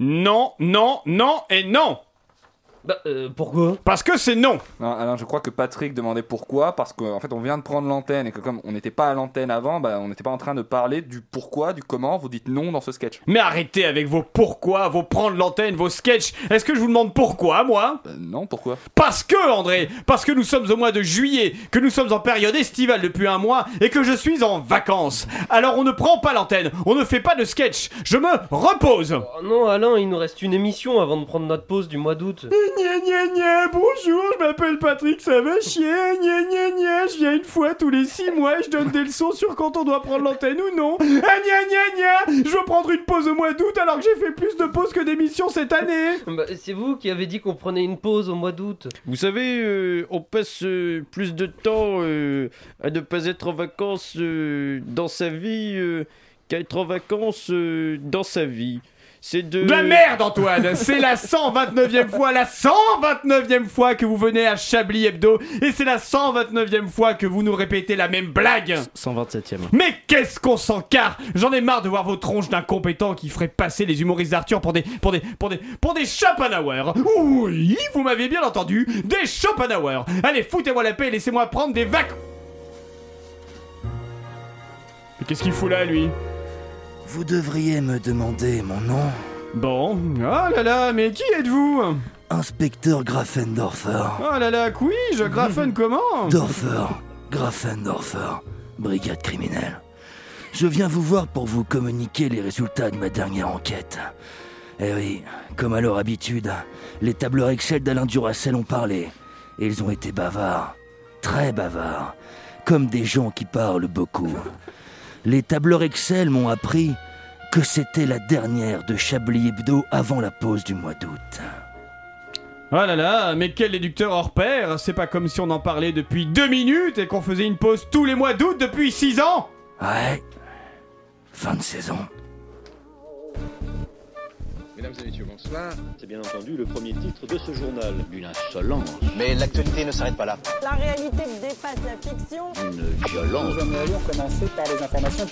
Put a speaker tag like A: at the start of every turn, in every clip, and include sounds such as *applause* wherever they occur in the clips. A: Non, non, non et non
B: Bah, euh, pourquoi
A: Parce que c'est non
C: Non, alors je crois que Patrick demandait pourquoi, parce qu'en fait on vient de prendre l'antenne et que comme on n'était pas à l'antenne avant, bah, on n'était pas en train de parler du pourquoi, du comment, vous dites non dans ce sketch.
A: Mais arrêtez avec vos pourquoi, vos prendre l'antenne, vos sketchs Est-ce que je vous demande pourquoi, moi
C: Euh, non, pourquoi
A: Parce que, André Parce que nous sommes au mois de juillet, que nous sommes en période estivale depuis un mois et que je suis en vacances Alors on ne prend pas l'antenne, on ne fait pas de sketch, je me repose
B: Oh Non, Alain, il nous reste une émission avant de prendre notre pause du mois d'août.
D: *laughs*
A: Gna gna gna, bonjour, je m'appelle Patrick, ça va chier, gna gna gna, je viens une fois tous les six mois et je donne des leçons sur quand on doit prendre l'antenne ou non. Ah gna gna gna, je veux prendre une pause au mois d'août alors que j'ai fait plus de pauses que d'émissions cette année.
B: Bah, c'est vous qui avez dit qu'on prenait une pause au mois d'août.
E: Vous savez, euh, on passe euh, plus de temps euh, à ne pas être en vacances euh, dans sa vie euh, qu'à être en vacances euh, dans sa vie. C'est de...
A: De la merde Antoine,
E: *laughs*
A: c'est la 129e fois, la 129e fois que vous venez à Chablis Hebdo et c'est la 129e fois que vous nous répétez la même blague.
E: 127ème.
A: Mais qu'est-ce qu'on s'en carre J'en ai marre de voir vos tronches d'incompétents qui feraient passer les humoristes d'Arthur pour des, pour des, pour des, pour des Schopenhauer. Oui, vous m'avez bien entendu, des Schopenhauer. Allez, foutez-moi la paix et laissez-moi prendre des vacances. Mais qu'est-ce qu'il fout là, lui
F: Vous devriez me demander mon nom.
A: Bon, oh là là, mais qui êtes-vous
F: Inspecteur Grafendorfer.
A: Oh là là, je Graffen comment
F: Dorfer. Grafendorfer. Brigade criminelle. Je viens vous voir pour vous communiquer les résultats de ma dernière enquête. Eh oui, comme à leur habitude, les tableurs Excel d'Alain Duracel ont parlé. Et ils ont été bavards. Très bavards. Comme des gens qui parlent beaucoup. Les tableurs Excel m'ont appris que c'était la dernière de Chablis Hebdo avant la pause du mois d'août.
A: Oh là là, mais quel déducteur hors pair C'est pas comme si on en parlait depuis deux minutes et qu'on faisait une pause tous les mois d'août depuis six ans
F: Ouais. Fin de saison.
G: Mesdames et messieurs, bonsoir. C'est bien entendu le premier titre de ce journal. Une insolence,
H: Mais l'actualité ne s'arrête pas là.
D: La réalité dépasse la fiction.
G: une violence.
D: C'est un désaveu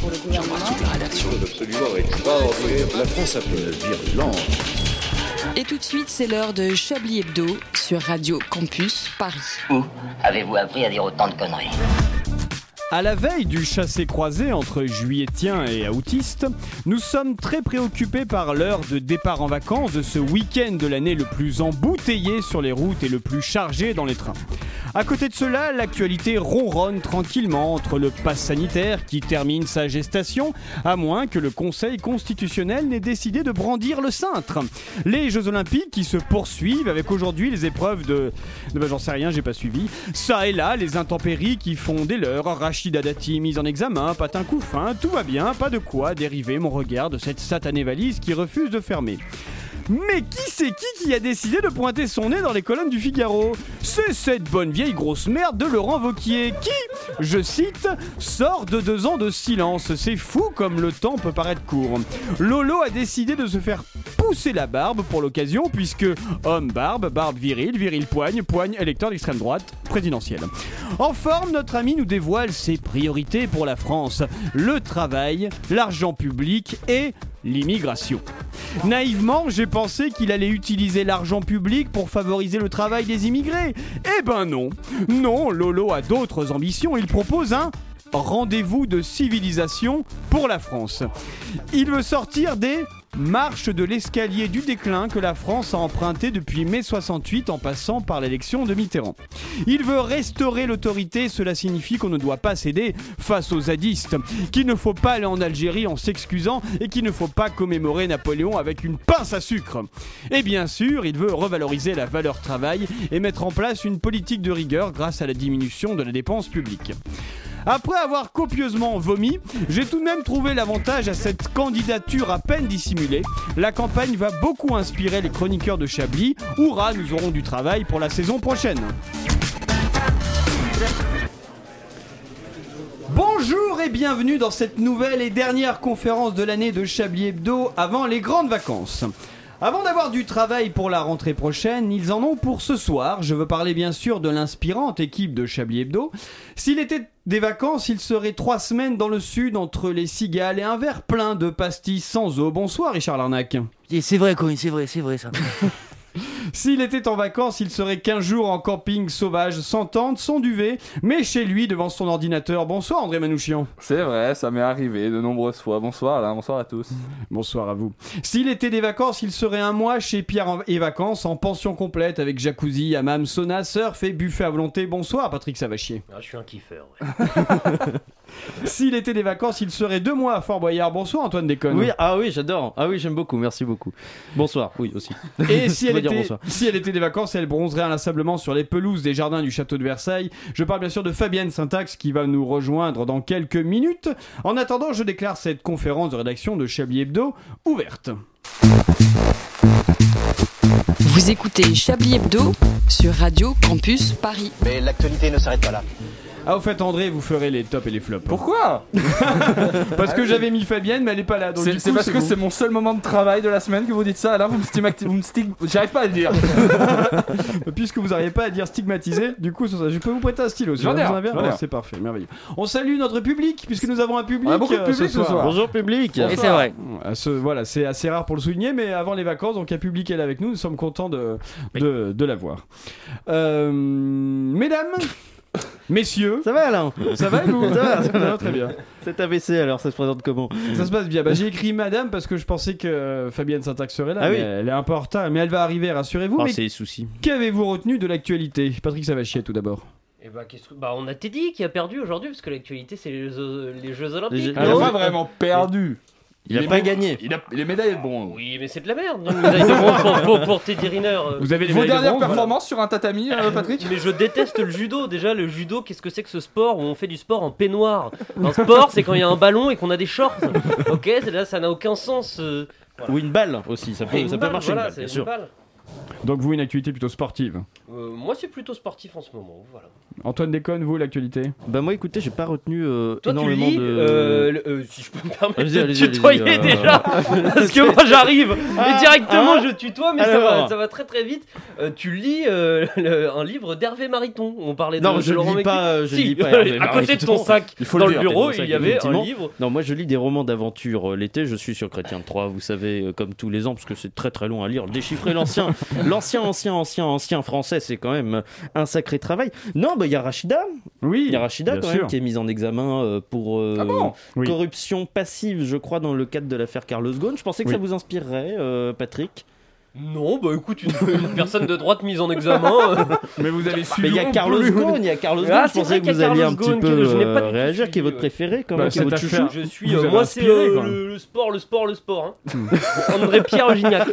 D: pour le gouvernement.
G: absolument extraordinaire. La France a fait une virulence.
I: Et tout de suite, c'est l'heure de Chablis Hebdo sur Radio Campus Paris.
H: Où avez-vous appris à dire autant de conneries
A: À la veille du chassé-croisé entre juilletiens et aoutistes, nous sommes très préoccupés par l'heure de départ en vacances de ce week-end de l'année le plus embouteillé sur les routes et le plus chargé dans les trains. À côté de cela, l'actualité ronronne tranquillement entre le pass sanitaire qui termine sa gestation, à moins que le Conseil constitutionnel n'ait décidé de brandir le cintre. Les Jeux Olympiques qui se poursuivent avec aujourd'hui les épreuves de. de- bah, J'en sais rien, j'ai pas suivi. Ça et là, les intempéries qui font des leurs. Rachida Dati mise en examen, patin coup fin, tout va bien, pas de quoi dériver mon regard de cette satanée valise qui refuse de fermer. Mais qui c'est qui qui a décidé de pointer son nez dans les colonnes du Figaro C'est cette bonne vieille grosse merde de Laurent Vauquier qui, je cite, sort de deux ans de silence. C'est fou comme le temps peut paraître court. Lolo a décidé de se faire pousser la barbe pour l'occasion puisque homme barbe, barbe virile, virile poigne, poigne électeur d'extrême droite présidentielle. En forme, notre ami nous dévoile ses priorités pour la France. Le travail, l'argent public et l'immigration. Naïvement, j'ai pensé qu'il allait utiliser l'argent public pour favoriser le travail des immigrés. Eh ben non. Non, Lolo a d'autres ambitions. Il propose un rendez-vous de civilisation pour la France. Il veut sortir des marches de l'escalier du déclin que la France a emprunté depuis mai 68 en passant par l'élection de Mitterrand. Il veut restaurer l'autorité, cela signifie qu'on ne doit pas céder face aux zadistes, qu'il ne faut pas aller en Algérie en s'excusant et qu'il ne faut pas commémorer Napoléon avec une pince à sucre. Et bien sûr, il veut revaloriser la valeur travail et mettre en place une politique de rigueur grâce à la diminution de la dépense publique. Après avoir copieusement vomi, j'ai tout de même trouvé l'avantage à cette candidature à peine dissimulée. La campagne va beaucoup inspirer les chroniqueurs de Chablis. Hurrah, nous aurons du travail pour la saison prochaine. Bonjour et bienvenue dans cette nouvelle et dernière conférence de l'année de Chablis Hebdo avant les grandes vacances. Avant d'avoir du travail pour la rentrée prochaine, ils en ont pour ce soir. Je veux parler bien sûr de l'inspirante équipe de Chablis Hebdo. S'il était des vacances, il serait trois semaines dans le sud entre les cigales et un verre plein de pastilles sans eau. Bonsoir Richard Larnac.
F: Et C'est vrai, Corinne, c'est vrai, c'est vrai ça.
A: S'il était en vacances, il serait 15 jours en camping sauvage, sans tente, sans duvet, mais chez lui devant son ordinateur. Bonsoir André Manouchian.
C: C'est vrai, ça m'est arrivé de nombreuses fois. Bonsoir là, bonsoir à tous.
A: Bonsoir à vous. S'il était des vacances, il serait un mois chez Pierre en- et Vacances en pension complète avec jacuzzi, hammam, sauna, surf et buffet à volonté. Bonsoir Patrick Savachier.
B: Ah, je suis un kiffeur.
D: *laughs*
B: ouais.
A: S'il était des vacances, il serait deux mois à Fort Boyard. Bonsoir Antoine Déconne.
E: Oui, ah oui, j'adore. Ah oui, j'aime beaucoup, merci beaucoup. Bonsoir, oui, aussi. *laughs*
A: Et si
E: Je
A: elle,
E: veux dire
A: était,
E: bonsoir.
A: si elle était des vacances, elle bronzerait inlassablement sur les pelouses des jardins du château de Versailles. Je parle bien sûr de Fabienne Syntax qui va nous rejoindre dans quelques minutes. En attendant, je déclare cette conférence de rédaction de Chablis Hebdo ouverte.
I: Vous écoutez Chablis Hebdo sur Radio Campus Paris.
H: Mais l'actualité ne s'arrête pas là.
A: Ah, au fait, André, vous ferez les tops et les flops. hein.
C: Pourquoi
A: *laughs*
C: Ah
A: Parce que j'avais mis Fabienne, mais elle n'est pas là. Ah, donc du
C: C'est
A: coup,
C: c'est parce que
A: vous. *laughs*
C: c'est mon seul moment de travail de la semaine que vous dites ça. Là, vous me stigmatisez. vous me stig- J'arrive pas à le dire.
A: Puisque vous n'arriez pas à dire stigmatisé, du coup, sur ça, je peux vous prêter un stylo. Si
C: J'en ai
A: vous en
C: un,
A: avez un
C: j'en ai
A: Oh,
C: un.
A: c'est parfait, merveilleux. On salue notre public, puisque nous avons un public,
C: On a beaucoup de
A: euh,
C: public ce soir.
E: Bonjour public.
F: Et c'est vrai.
A: À ce- voilà, c'est assez rare pour le souligner, mais avant les vacances, donc un public est là avec nous, nous sommes contents de, de, de l'avoir. Euh,
E: *laughs*
A: mesdames, messieurs,
E: Ça va Alain
A: ça va et vous
E: *laughs* Ça va, ça va.
A: Non, Très bien.
E: C'est AVC alors, ça se présente comment
A: Ça se passe bien. Bah, J'ai écrit madame parce que je pensais que Fabienne Syntax serait là.
E: Ah
A: mais
E: oui.
A: Elle est un peu en retard, mais elle va arriver, rassurez-vous.
E: Ah,
A: mais
E: c'est les soucis.
A: qu'avez-vous retenu de l'actualité Patrick Savachier tout d'abord.
B: Et bah, qu'est-ce que... bah, on a Teddy qui a perdu aujourd'hui, parce que l'actualité, c'est les, Jeux- les Jeux
E: Les
B: Olympiques.
C: Il a
B: Ah
E: Jeux-
B: non
E: Alors-
C: pas vraiment perdu.
E: Ah Il
C: est
E: a pas
C: bon.
E: gagné.
C: Il a les médailles euh. de bronze.
B: Oui, mais c'est de la merde. Une médaille de bronze pour, pour- pour Teddy Riner. euh.
A: Vous avez les
C: Vos
A: médailles de
C: dernières
A: bronze, voilà.
C: performances sur un tatami, euh, Patrick
B: Mais je déteste le judo. Déjà, le judo, qu'est-ce que c'est que ce sport où on fait du sport en peignoir Un sport, c'est quand il y a un ballon et qu'on a des shorts. Ok, c'est- là, ça n'a aucun sens. euh.
E: Ou une balle aussi, ça peut,
B: Et une
E: ça peut
B: balle,
E: marcher.
B: voilà,
E: une balle,
B: c'est
E: bien
B: une
E: sûr.
B: balle.
A: Donc vous une activité plutôt sportive.
B: Euh, moi, c'est plutôt sportif en ce moment. Voilà.
A: Antoine Déconne, vous l'actualité
E: Bah moi écoutez, j'ai pas retenu euh,
B: Toi, tu
E: énormément
B: lis,
E: de...
B: euh, le- euh, si je peux me permettre
E: Allez-y,
B: de
E: allez-y,
B: tutoyer
E: allez-y, euh, *laughs*
B: déjà, parce que moi j'arrive et directement je tutoie, mais ça va,
E: Ah, Alors.
B: ça va très très vite. Euh, tu lis euh, *laughs* le- un livre d'hervé Mariton. On parlait de,
E: Non,
B: de
E: je
B: Laurent
E: lis
B: Mekic.
E: pas, euh, je
B: Si, *laughs*
E: lis pas Hervé
B: à côté de
E: Mariton.
B: ton sac,
C: Il faut
B: dans
C: le
B: le
C: dire.
B: bureau,
E: dans le
B: il y
E: sac,
B: avait un
E: effectivement.
B: livre.
E: Non, moi je lis des romans d'aventure euh, l'été, je suis sur Chrétien de Troyes, vous savez, euh, comme tous les ans, parce que c'est très très long à lire. Déchiffrer l'ancien,
B: *laughs*
E: l'ancien, ancien, ancien, ancien français, c'est quand même euh, un sacré travail. Non, bah il y a Rachida,
A: Oui,
E: il y a Rachida
A: bien
E: quand
A: sûr.
E: même qui est mise en examen euh, pour euh,
C: Ah bon
A: Oui.
E: corruption passive, je crois, dans le cadre de l'affaire Carlos Ghosn. Je pensais que
A: Oui.
E: ça vous inspirerait, euh, Patrick.
B: Non, bah écoute, une, une personne de droite mise en examen. euh,
A: *laughs* Mais vous avez
E: Mais
A: suivi.
E: il y a
A: on
E: Carlos
A: peut-
E: Ghosn, il y a Carlos
B: Ah,
E: Ghosn. Je
B: c'est
E: pensais
B: vrai
E: que
B: qu'il
E: vous
B: y a
E: alliez un
B: Carlos
E: petit
B: Ghosn,
E: peu
B: que je n'ai pas
E: euh,
B: du tout
E: réagir, qui est
B: suivi,
E: votre
B: ouais.
E: préféré, quand
A: Bah,
E: même, qui est
A: cette
E: votre
A: affaire-
E: chouchou.
B: je suis,
A: Vous
B: euh,
A: avez
B: moi c'est
A: inspiré,
B: euh,
A: quoi.
B: le, le sport, le sport, le sport. hein. *laughs* André Pierre
J: *laughs*
A: *laughs*
B: Gignac.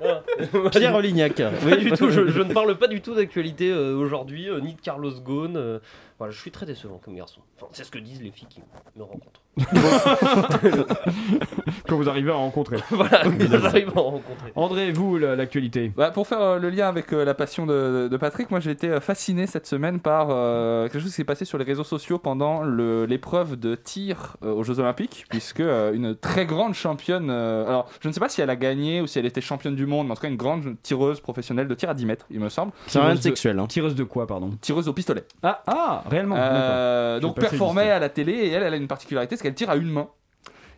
B: Voilà.
E: Pierre Olignac.
B: Pas du tout, je, je ne parle pas du tout d'actualité euh, aujourd'hui, euh, ni de Carlos Ghosn. euh, voilà, je suis très décevant comme garçon. Enfin, c'est ce que disent les filles qui me
J: *laughs*
B: rencontrent.
A: Quand vous arrivez à rencontrer.
B: *laughs* voilà, ils arrivent à en rencontrer.
A: André, vous la- l'actualité
C: Bah, pour faire euh, le lien avec euh, la passion de, de Patrick, moi j'ai été euh, fasciné cette semaine par euh, quelque chose qui s'est passé sur les réseaux sociaux pendant le- l'épreuve de tir euh, aux Jeux Olympiques, puisque euh, une très grande championne, euh, alors je ne sais pas si elle a gagné ou si elle était championne du monde, mais en tout cas une grande tireuse professionnelle de tir à 10 mètres, il me semble,
E: C'est rien de sexuel. Hein.
A: Tireuse de quoi, pardon
C: tireuse au pistolet.
A: Ah, ah, réellement d'accord.
C: Euh,
A: Je
C: donc
A: vais passer
C: performait
A: juste.
C: à la télé et elle, elle a une particularité, c'est qu'elle tire à une main.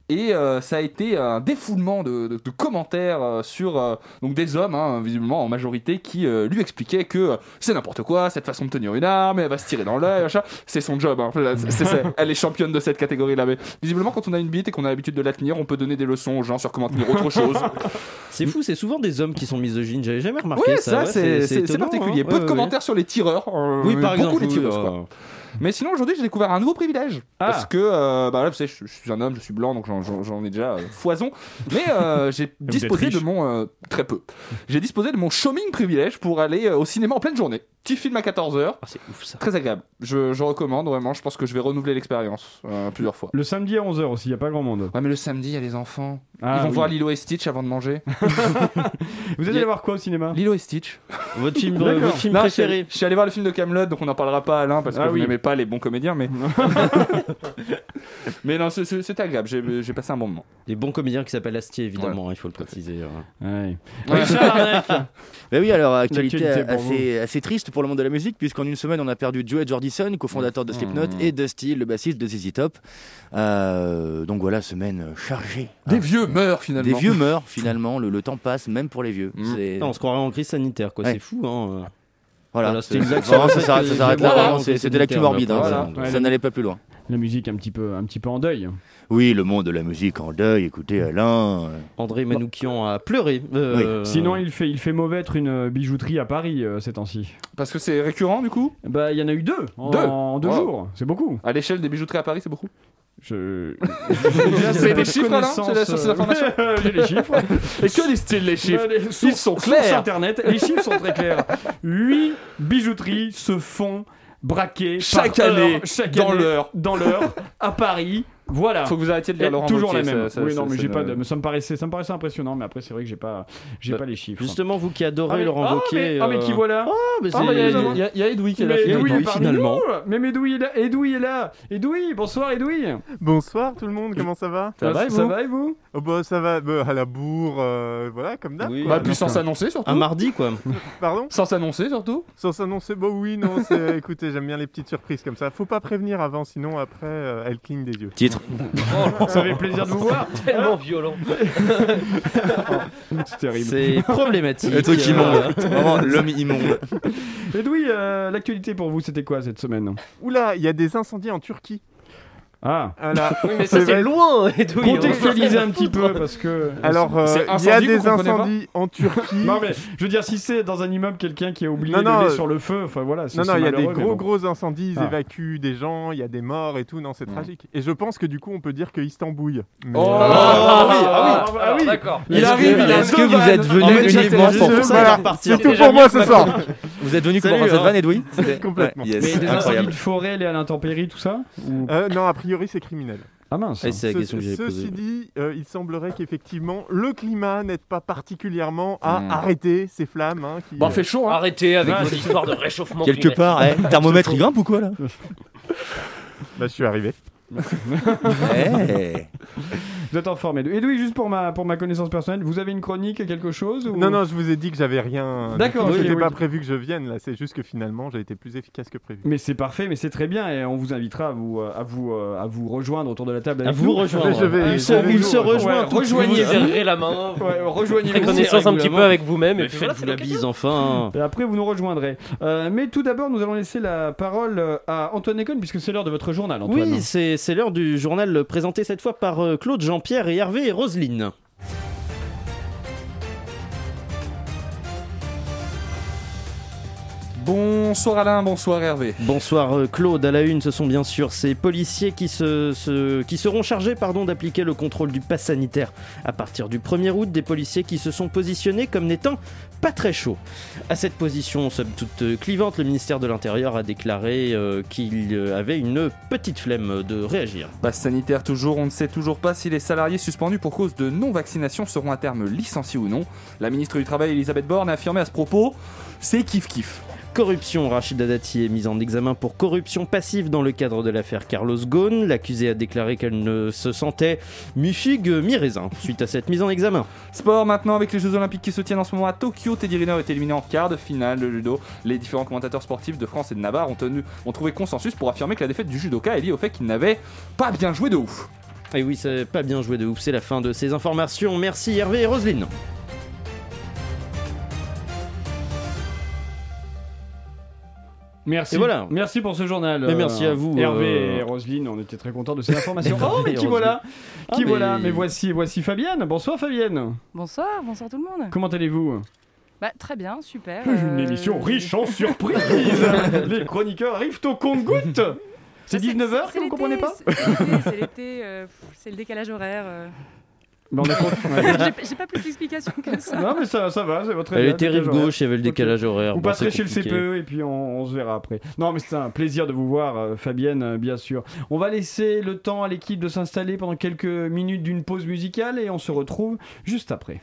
C: Et euh, ça a été un défoulement de, de- de commentaires euh, sur euh, donc des hommes, hein, visiblement en majorité, qui euh, lui expliquaient que euh, c'est n'importe quoi, cette façon de tenir une arme, elle va se tirer dans
A: *laughs*
C: l'œil, machin. c'est son job. hein. C'est- c'est- c'est- elle est championne de cette catégorie-là. Mais visiblement, quand on a une bite et qu'on a l'habitude de la tenir, on peut donner des leçons aux gens sur comment tenir autre chose.
E: C'est fou, c'est souvent des hommes qui sont misogynes. J'avais jamais remarqué
C: Oui,
E: ça.
C: ça,
E: ouais,
C: c'est- c'est c'est
E: étonnant,
C: particulier.
E: hein.
C: Peu
E: Ouais,
C: de
E: ouais.
C: commentaires sur les tireurs. euh,
E: Oui, par
C: beaucoup
E: exemple.
C: les
E: oui,
C: tireuses,
E: euh,
C: quoi. Mais sinon, aujourd'hui, j'ai découvert un nouveau privilège.
A: Ah.
C: Parce que, euh, bah là, vous savez, je, je suis un homme, je suis blanc, donc j'en- j'en j'en ai déjà euh, foison. Mais
E: *laughs*
C: euh, j'ai
A: êtes
C: disposé de
A: riche.
C: mon. euh, très peu. J'ai disposé de mon showing privilège pour aller euh, au cinéma en pleine journée. Petit film à 14h.
E: Ah, c'est ouf ça.
C: Très agréable. Je, je recommande vraiment. Je pense que je vais renouveler l'expérience euh, plusieurs fois.
A: Le samedi à 11h aussi, il n'y a pas grand monde.
C: Ouais, mais le samedi, il y a les enfants.
A: Ah,
C: Ils vont
A: oui.
C: voir Lilo et Stitch avant de
A: *laughs*
C: manger.
A: Vous
C: Il
A: allez
C: y a-
A: voir quoi au cinéma
C: Lilo et Stitch.
E: Votre film,
A: D'accord.
E: votre film
C: Non, je suis, allé,
E: préféré
C: je suis allé voir le film de Camelot, donc on n'en parlera pas à Alain parce que
A: Ah
C: vous
A: oui.
C: n'aimez pas les bons comédiens. Mais *laughs* Mais non, c'est- c'est- c'était agréable, j'ai j'ai passé un bon moment.
E: Des bons comédiens qui s'appellent Astier, évidemment, hein, il faut le préciser. hein.
A: Ouais.
K: *laughs* Bah oui, alors actualité,
A: L'actualité pour
K: assez, assez triste pour le monde de la musique, puisqu'en une semaine, on a perdu Joey Jordison, cofondateur de Slipknot,
C: Mmh.
K: et Dusty, le bassiste de ZZ Top. Euh, donc voilà, semaine chargée. hein.
C: Des vieux meurent finalement.
K: Des
C: *laughs*
K: vieux meurent finalement, le, le temps passe, même pour les vieux.
C: Mm.
K: C'est-
E: Non, on se croirait en crise sanitaire, quoi.
K: Ouais.
E: C'est fou, hein.
K: Voilà,
E: Voilà,
K: c'est-
E: c'était une blague
K: vraiment,
E: sur
K: ça
E: le fait
K: s'arrête
E: que
K: ça
E: les
K: s'arrête
E: vieux
K: là,
E: meurent,
K: vraiment,
E: donc
K: c'est-
E: c'est
K: c'était l'actu
E: une terre,
K: morbide, hein,
E: voilà.
K: ça-
A: Ouais,
K: ça
A: la-
K: n'allait pas plus loin.
A: La musique un petit peu, un petit peu en deuil.
K: Oui, le monde de la musique en deuil, écoutez Alain. euh,
E: André Manoukian a pleuré. euh,
A: Sinon, il fait, il fait mauvais être une euh, bijouterie à Paris euh, ces temps-ci.
C: Parce que c'est récurrent du coup
A: Bah, il y en a eu deux en
C: Deux
A: en deux
C: Wow.
A: jours. C'est beaucoup.
C: À l'échelle des bijouteries à Paris, c'est beaucoup
A: Je. *laughs*
C: C'est des chiffres là C'est la- c'est l'information
A: euh, *laughs* J'ai les chiffres.
C: Et que disent-ils les chiffres
A: Bah, les- source-
C: sont
A: source
C: clairs.
A: internet, les chiffres sont très clairs. 8 bijouteries se font braquer par
C: Chaque année,
A: heure, chaque
C: dans
A: année,
C: l'heure.
A: dans l'heure, à Paris. Voilà.
C: Faut que vous arrêtiez de
A: Et
C: lire Laurent
A: toujours la
C: Wauquiez,
A: même.
C: ça- ça-
A: oui,
C: ça-
A: non, mais
C: ça
A: j'ai
C: ne-
A: pas. de- Ça me paraissait, ça me paraissait impressionnant, mais après c'est vrai que j'ai pas, j'ai pas les chiffres.
E: Justement, vous qui adorez
A: mais-
E: Laurent
A: ah,
E: Wauquiez,
A: mais- ah, mais qui
E: euh,
A: voilà
E: ah, mais
A: Ah, bah,
E: c'est-
A: il y a- il y
C: a Edoui
A: Mais Edoui est
E: Edoui,
A: parmi
E: finalement.
A: *laughs* nous Même Edoui est là Edoui est là Edoui, bonsoir Edoui
J: Bonsoir tout le monde, comment ça va
C: Ça va, et
A: Bah, Ça
C: vous
A: va et vous
J: oh, bah, Ça va bah, à la bourre, euh, voilà, comme d'hab.
E: Oui.
J: quoi.
C: Bah, puis sans s'annoncer surtout.
E: Un mardi, quoi.
J: *laughs* Pardon
C: Sans s'annoncer surtout.
J: Sans s'annoncer, bah oui, non, c'est- *laughs* écoutez, j'aime bien les petites surprises comme ça. Faut pas prévenir avant, sinon après, euh, elle cligne des yeux.
C: *laughs*
K: Titre.
A: Oh,
C: Oh,
A: Ça fait plaisir de vous *laughs* voir
B: Tellement
J: *laughs*
B: violent.
A: C'est terrible.
E: C'est problématique.
K: Le truc
E: Euh,
K: immonde. Vraiment, l'homme immonde.
A: Edoui, euh, l'actualité pour vous, c'était quoi cette semaine
J: Oula, il y a des incendies en Turquie.
A: Ah
J: Voilà.
B: Oui, mais ça
J: C'est
B: c'est
J: vrai.
B: loin, et tout.
A: Contextualiser un petit peu parce que.
J: Alors, euh,
C: c'est
J: il y a
C: incendie, vous
J: des
C: comprenez pas
J: incendies en Turquie.
A: Non mais je veux dire si c'est dans un immeuble quelqu'un qui a oublié
J: Non,
A: de
J: non,
A: le lait
J: euh,
A: sur le feu, enfin voilà. c'est-
J: Non, non,
A: c'est
J: il y a des
A: malheureux, mais
J: gros,
A: bon.
J: gros incendies, ils
A: Ah.
J: évacuent des gens, il y a des morts et tout, non, c'est
C: Mm.
J: tragique. Et je pense que du coup, on peut dire que Istanbul. Mais,
C: Oh,
J: euh,
C: ah oui, ah
A: Ah, bah,
B: Alors,
A: oui.
B: D'accord.
C: Il arrive, il a
F: Est-ce que
C: deux
F: vous
C: vannes.
F: êtes venu
C: En fait, j'étais
F: uniquement
C: là,
F: pour
C: je-
F: ça
J: voilà,
E: repartir.
J: c'est tout pour
A: Ah,
J: moi ce soir.
K: Vous êtes venu
E: Salut,
C: hein.
K: comment cette
E: alors.
K: vanne, Edoui
J: Complètement.
K: Ouais, yes,
A: Mais des incendies
K: incroyable.
A: de forêt, les à l'intempérie, tout ça Ou-
J: Euh, non, a priori, c'est criminel.
A: Ah mince.
E: Et c'est la
J: Ce-
E: question que j'avais
J: ceci
E: posée.
J: dit, euh, il semblerait qu'effectivement, le climat n'aide pas particulièrement à
C: Mm.
J: arrêter ces flammes. hein, qui-
C: Bah, fait chaud hein.
B: Arrêtez avec
A: Ah,
B: vos
A: c'est-
B: histoires de réchauffement
K: Quelque
B: climatique.
K: part, eh,
B: *laughs*
K: thermomètre, il grimpe ou quoi là
J: Bah, je suis arrivé.
K: Eh.
A: *laughs* Vous êtes informé. Edoui, juste pour ma pour ma connaissance personnelle, vous avez une chronique, quelque chose ou-
J: Non, non, je vous ai dit que j'avais rien.
A: D'accord,
J: Du coup,
A: ok,
J: C'était
A: oui.
J: pas prévu que je vienne là. C'est juste que finalement, j'ai été plus efficace que prévu.
A: Mais c'est parfait, mais c'est très bien et on vous invitera à vous euh, à vous euh, à vous rejoindre autour de la table.
E: À
A: Avec
E: vous
A: nous.
E: rejoindre.
J: Je
A: Ah,
J: vais-
E: Ils
J: je
E: se-
J: vais
E: ils
J: vous
E: se
J: rejoindre.
E: rejoignent. tous.
B: Vous
A: rejoignez.
B: serrez la main.
A: Ouais, rejoignez.
B: Faites connaissance un petit peu avec vous-même.
E: Mais
B: Et puis voilà,
E: faites-vous
B: c'est
E: la
B: l'occasion.
E: bise, enfin. hein.
A: Et après, vous nous rejoindrez. Euh, mais tout d'abord, nous allons laisser la parole euh, à Antoine Econ, puisque c'est l'heure de votre journal, Antoine.
E: Oui, c'est c'est l'heure du journal présenté cette fois par euh, Claude, Jean-Pierre et Hervé et Roselyne.
C: Bonsoir Alain, bonsoir Hervé.
E: Bonsoir euh, Claude, à la une ce sont bien sûr ces policiers qui, se, se- qui seront chargés pardon, d'appliquer le contrôle du pass sanitaire. À partir du 1er août, des policiers qui se sont positionnés comme n'étant pas très chauds. À cette position, somme toute euh, clivante, le ministère de l'Intérieur a déclaré euh, qu'il euh, avait une petite flemme de réagir.
C: Passe sanitaire toujours, on ne sait toujours pas si les salariés suspendus pour cause de non-vaccination seront à terme licenciés ou non. La ministre du Travail Elisabeth Borne a affirmé à ce propos c'est kiff kiff.
E: Corruption, Rachida Dati est mise en examen pour corruption passive dans le cadre de l'affaire Carlos Ghosn. L'accusée a déclaré qu'elle ne se sentait mi-figue, mi-raisin suite à cette mise en examen.
C: Sport maintenant avec les Jeux Olympiques qui se tiennent en ce moment à Tokyo. Teddy Riner est éliminé en quart de finale de judo. Les différents commentateurs sportifs de France et de Navarre ont, tenu, ont trouvé consensus pour affirmer que la défaite du judoka est liée au fait qu'il n'avait pas bien joué de ouf.
E: Et oui, c'est pas bien joué de ouf, c'est la fin de ces informations. Merci Hervé et Roselyne.
A: Merci.
E: Et voilà.
A: Merci pour ce journal.
E: Mais merci à vous,
A: Hervé
E: euh.
A: et Roselyne. On était très contents de ces
E: *laughs*
A: informations.
E: Hervé
A: oh,
E: et
A: mais qui
E: Roselyne.
A: voilà
E: Ah,
A: Qui
E: mais-
A: voilà Mais voici, voici Fabienne. Bonsoir Fabienne.
D: Bonsoir, bonsoir tout le monde.
A: Comment allez-vous
D: Bah, très bien,
A: *laughs*
D: super.
A: Une émission riche en surprises. Les chroniqueurs arrivent au compte-gouttes. C'est 19h que vous comprenez pas
D: C'est l'été,
L: euh,
D: c'est le décalage horaire.
A: Ben, on est
L: *laughs*
A: content, ouais.
D: J'ai pas plus d'explications que ça.
A: *laughs* Non mais ça, ça va, ça va très
E: Elle
A: bien.
E: était rive gauche, il y avait le décalage horaire.
A: Vous
E: Bon,
A: passerez
E: c'est
A: chez le
E: compliqué.
A: CPE et puis on, on se verra après. Non, mais c'est un plaisir de vous voir, euh, Fabienne, euh, bien sûr. On va laisser le temps à l'équipe de s'installer pendant quelques minutes d'une pause musicale et on se retrouve juste après.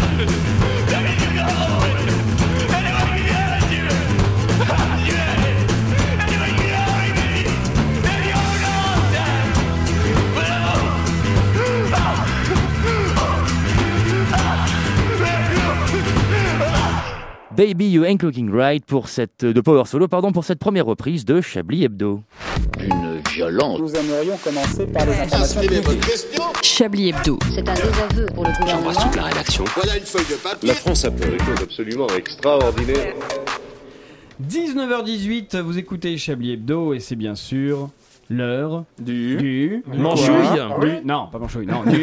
A: Ah,
M: Baby You Ain't Looking Right pour cette, euh, de Power Solo pardon, pour cette première reprise de Chablis Hebdo.
G: Une violence. Nous aimerions commencer par les
N: informations Chablis Hebdo.
G: C'est un désaveu pour le gouvernement. J'embrasse toute la rédaction.
O: Voilà une feuille de papier.
P: La France a fait des choses absolument extraordinaires.
A: 19h18, vous écoutez Chablis Hebdo et c'est bien sûr l'heure du, du
E: Manchouille.
A: Du- Non, pas
E: *laughs*
A: manchouille, non. Du,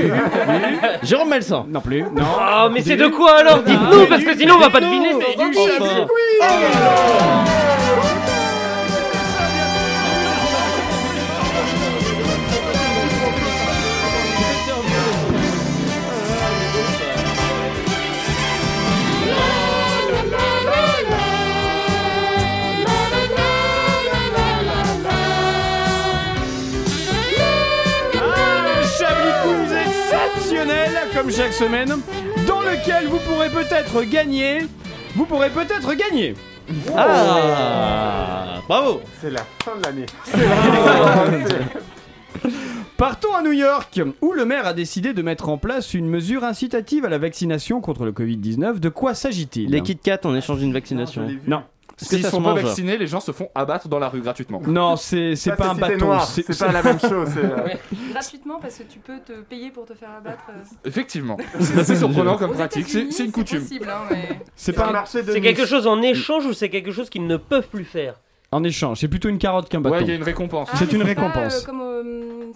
E: Jérôme Melsan.
A: Non plus. Non.
B: Oh, mais c'est de quoi alors Dites-nous, parce que sinon on va pas deviner.
A: c'est
B: du Chablis
A: Le Chablis Quiz exceptionnel, comme chaque semaine, dans lequel vous pourrez peut-être gagner. Vous pourrez peut-être gagner.
E: Ah Bravo
J: C'est la fin de l'année.
A: *laughs* Partons à New York, où le maire a décidé de mettre en place une mesure incitative à la vaccination contre le Covid-19. De quoi s'agit-il
E: Les Kit Kat en échange d'une vaccination.
A: Non.
C: Parce que
E: Si,
C: s'ils
E: ça se
C: sont pas
E: mange.
C: vaccinés, les gens se font abattre dans la rue gratuitement.
A: Non, c'est c'est
J: Ça,
A: pas
J: c'est
A: un
J: Cité
A: bâton.
J: Noire, c'est pas la même chose, c'est, euh,
L: Gratuitement parce que tu peux te payer pour te faire abattre. euh.
C: Effectivement. C'est assez surprenant comme
L: Aux
C: pratique. C'est
L: États-Unis,
C: c'est une coutume.
L: possible, hein, mais-
A: C'est pas un
J: marché de
B: C'est quelque chose en échange ou c'est quelque chose qu'ils ne peuvent plus faire
A: En échange, c'est plutôt une carotte qu'un bâton.
C: Ouais, il y a une récompense.
L: Ah,
A: C'est
L: mais
A: une
L: pas,
A: récompense.
L: euh, comme, euh,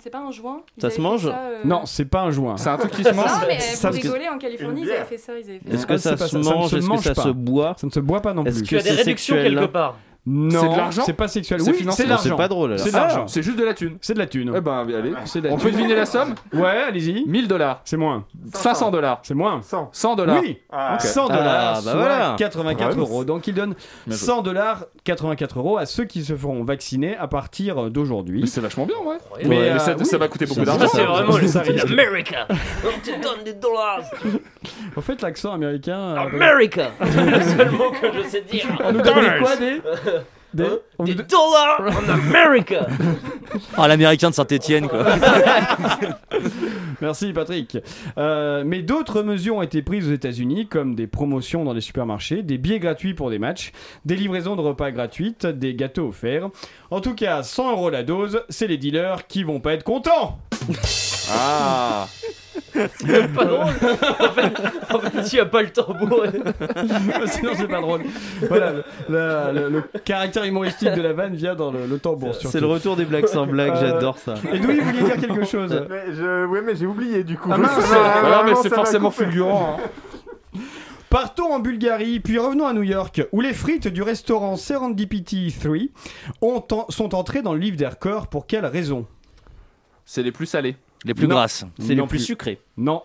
L: c'est pas un joint. Ils
E: Ça
L: avaient
E: se
L: fait
E: mange
L: euh,
A: Non, c'est pas un joint.
C: C'est un truc qui se
L: *laughs* Non,
C: mange.
L: mais
A: Ça,
L: vous
A: parce que-
L: rigolez, en Californie,
J: Une
L: ils avaient
J: bière.
L: fait ça. Ils avaient fait
E: Est-ce
L: ça.
E: que
A: Ah,
E: ça
A: c'est pas
E: se
A: ça, ça ne
E: mange
A: se
E: Est-ce que
A: mange
E: ça
A: pas.
E: se boit
A: Ça ne se boit pas non
E: Est-ce
A: plus.
B: Tu as des
E: c'est
B: réductions
E: sexuel.
B: quelque part.
C: C'est de
A: Non,
C: l'argent
A: c'est pas sexuel.
C: C'est
A: Oui,
C: financier
A: c'est de
E: Non, c'est
A: l'argent.
E: pas drôle alors.
A: C'est de
C: Ah,
A: l'argent.
C: C'est juste de la thune.
A: C'est de la thune.
C: Eh ben, allez.
A: C'est de la
C: On peut
A: thune.
C: deviner la somme
A: Ouais, allez-y.
C: 1000 dollars,
A: C'est moins.
C: 500 dollars,
A: C'est moins.
J: 100.
C: 100 dollars.
A: Oui.
J: Ah,
C: Ok. Bah
A: 100
E: Ah,
A: dollars,
E: bah
A: soit
E: voilà.
A: 84
J: Ouais.
A: euros. Donc il donne
C: Bien joué.
A: 100 dollars, 84 euros à ceux qui se feront vacciner à partir
C: Mais
A: d'aujourd'hui.
C: c'est vachement bien, ouais.
A: Mais,
C: Mais
A: euh,
C: ça,
A: oui.
C: ça va coûter beaucoup
E: Ça,
C: d'argent.
B: Ça, c'est vraiment le
C: *laughs*
A: Ça arrive.
B: America. On te donne des dollars.
A: En fait, l'accent américain. euh, *laughs*
B: America. C'est le seul mot que je sais dire. Hein
A: on nous donne des quoi des des, on nous
B: Des
A: don-
B: dollars en
A: *laughs*
B: America.
M: Ah, l'américain de Saint-Etienne, quoi.
A: *laughs* Merci Patrick. Euh, mais d'autres mesures ont été prises aux États-Unis, comme des promotions dans les supermarchés, des billets gratuits pour des matchs, des livraisons de repas gratuites, des gâteaux offerts. En tout cas, 100 euros la dose, c'est les dealers qui vont pas être contents. *laughs*
C: Ah
B: Pas drôle. En fait, en fait, tu as pas le tambour.
A: Sinon, c'est pas drôle. Voilà, le, la- le- le caractère humoristique de la vanne vient dans le, le tambour.
E: C'est
A: surtout.
E: le retour des blagues sans blague,
A: Euh,
E: j'adore ça.
A: Et Louis voulait dire quelque chose.
J: *laughs*
E: *laughs*
J: Mais je... Ouais, mais j'ai oublié du coup.
C: Ah mince.
J: Ça va,
C: Voilà, mais
J: vraiment,
C: c'est
J: ça va
C: forcément
J: couper.
C: fulgurant. hein.
A: Partons en Bulgarie, puis revenons à New York, où les frites du restaurant Serendipity 3 ont en- sont entrées dans le livre des records pour quelle raison
C: C'est les plus salés.
M: Les plus
A: Non.
M: grasses.
E: C'est
A: non
E: le plus
A: plus.
E: sucré.
A: Non.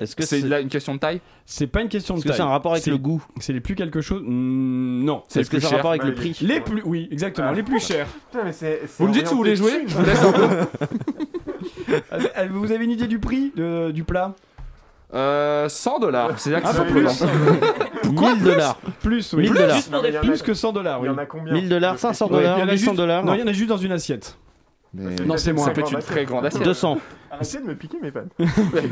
E: Est-ce
C: que c'est là une question de taille
A: C'est pas une question de
E: Est-ce
A: taille.
E: que c'est un rapport avec
A: C'est-
E: le goût
A: C'est les plus quelque chose Mm, Non.
E: C'est Est-ce les que plus ça a un chers. rapport avec le prix
A: Les plus, oui, exactement,
J: Ah.
A: les plus chers.
J: Putain, mais c'est- c'est Vous me dites si vous voulez orienté jouer, je vous laisse un
A: *laughs*
J: peu.
A: Ah, vous avez une idée du prix de- du plat
C: Euh, 100 dollars, c'est là que
A: Un
C: c'est
A: peu Ah, plus. *laughs*
C: Pourquoi
A: 1000 dollars. Plus, oui.
C: 1000 dollars.
A: Juste pour des
C: Non, mais il y en a-
A: plus que 100 dollars, oui.
C: il y en a combien 1000 dollars, 500
A: Ouais, il y en a
E: dollars,
A: juste-
E: 800 dollars.
A: Non, il y en a juste dans une assiette.
E: Non, c'est moins.
A: Ça peut être une très grande assiette.
E: 200.
J: Arrêtez de me piquer mes pattes.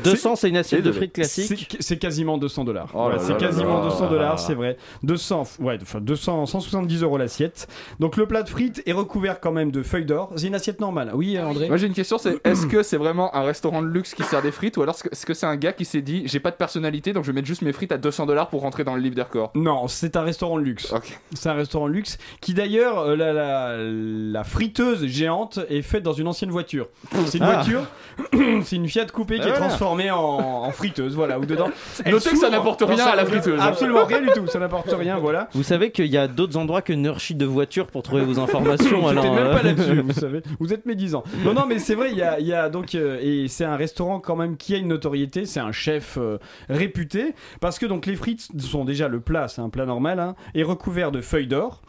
E: 200, c'est une assiette de frites classique.
A: C'est- C'est quasiment 200 dollars.
E: Oh là
A: Ouais, c'est
E: là
A: quasiment
E: là
A: 200
E: là
A: dollars,
E: là.
A: c'est vrai. 200, f- ouais, enfin 200, 170 euros l'assiette. Donc le plat de frites est recouvert quand même de feuilles d'or. C'est une assiette normale. Oui, André.
C: Moi j'ai une question, c'est est-ce que c'est vraiment un restaurant de luxe qui sert des frites ou alors est-ce que- est-ce que c'est un gars qui s'est dit j'ai pas de personnalité donc je vais mettre juste mes frites à 200 dollars pour rentrer dans le livre des records
A: Non, c'est un restaurant de luxe. C'est un restaurant de luxe qui d'ailleurs euh, la, la- la friteuse géante est faite dans une ancienne voiture. C'est une
E: Ah.
A: voiture, *coughs* c'est une Fiat coupée
E: Ah,
A: qui est
E: voilà.
A: transformée en, en friteuse, voilà. Ou dedans. elle
C: Notez que ça
A: s'ouvre
C: n'apporte
A: dans
C: rien
A: sa-
C: à la friteuse. hein.
A: Absolument rien du tout. Ça n'apporte rien, voilà.
E: Vous savez qu'il y a d'autres endroits que Nurshi de voiture pour trouver vos informations.
A: *laughs* Vous
E: alors,
A: êtes même
E: euh,
A: pas là-dessus, vous savez. Vous êtes médisant. Non, non, mais c'est vrai, il y a, il y a donc. euh, et c'est un restaurant quand même qui a une notoriété, c'est un chef euh, réputé. Parce que donc les frites sont déjà le plat, c'est un plat normal, hein, et recouvert de feuilles d'or.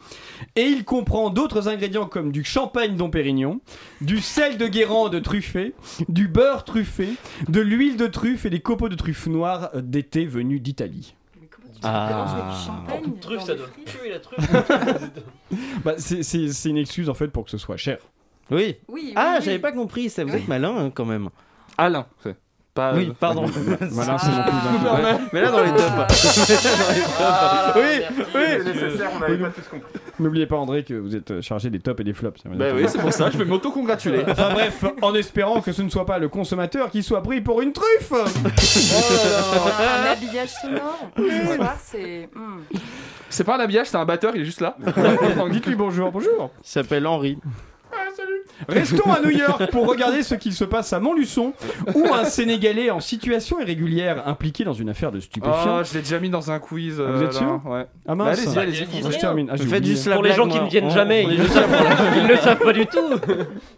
A: Et il comprend d'autres ingrédients comme du champagne Dom Pérignon, du sel de Guérande truffé, du beurre truffé, de l'huile de truffe et des copeaux de truffe noire euh, d'été venus d'Italie.
B: Ah,
E: Ah.
B: Le Truffe, ça doit puer la *laughs* truffe.
A: Bah, c'est- c'est c'est une excuse en fait pour que ce soit cher.
E: Oui.
B: Oui,
E: ah,
B: oui,
E: j'avais
B: oui.
E: pas compris ça. Vous êtes malin hein, quand même.
C: Alain, c'est pas.
E: Oui, pardon.
C: Malin, c'est
B: Ah,
C: mon
B: *laughs*
C: cousin.
E: Ouais. Mais là, dans les tops. oui,
J: C'est nécessaire, on n'avait
A: Oui,
J: pas tous compris.
A: N'oubliez pas, André, que vous êtes euh, chargé des tops et des flops. ça,
C: Bah
A: madame.
C: oui, c'est pour ça, je vais m'auto-congratuler.
A: Enfin bref, en espérant que ce ne soit pas le consommateur qui soit pris pour une truffe
L: Euh, Un habillage sonore. Ce soir, c'est. hmm.
C: C'est pas un habillage, c'est un batteur, il est
A: *laughs*
C: juste là.
A: Dites-lui bonjour, bonjour.
E: Il s'appelle Henri.
C: Ah,
A: Restons à New York pour regarder ce qu'il se passe à Montluçon, où un Sénégalais en situation irrégulière impliqué dans une affaire de stupéfiants.
C: Oh, je l'ai déjà mis dans un quiz.
A: Ah, vous êtes
C: Alain,
A: sûr
C: Euh, Ouais. Bah,
A: Ah mince.
C: allez-y,
A: Bah,
C: allez-y,
A: dis-
C: foncez.
A: dis rien. Ah, j'ai oublié. Juste la
B: Pour les
E: blague,
B: gens qui
E: moi.
B: ne viennent
E: On-
B: jamais,
E: on
B: ils
E: est
B: le
E: juste
B: savent
E: là
B: pas. Ils le savent pas du tout. *laughs*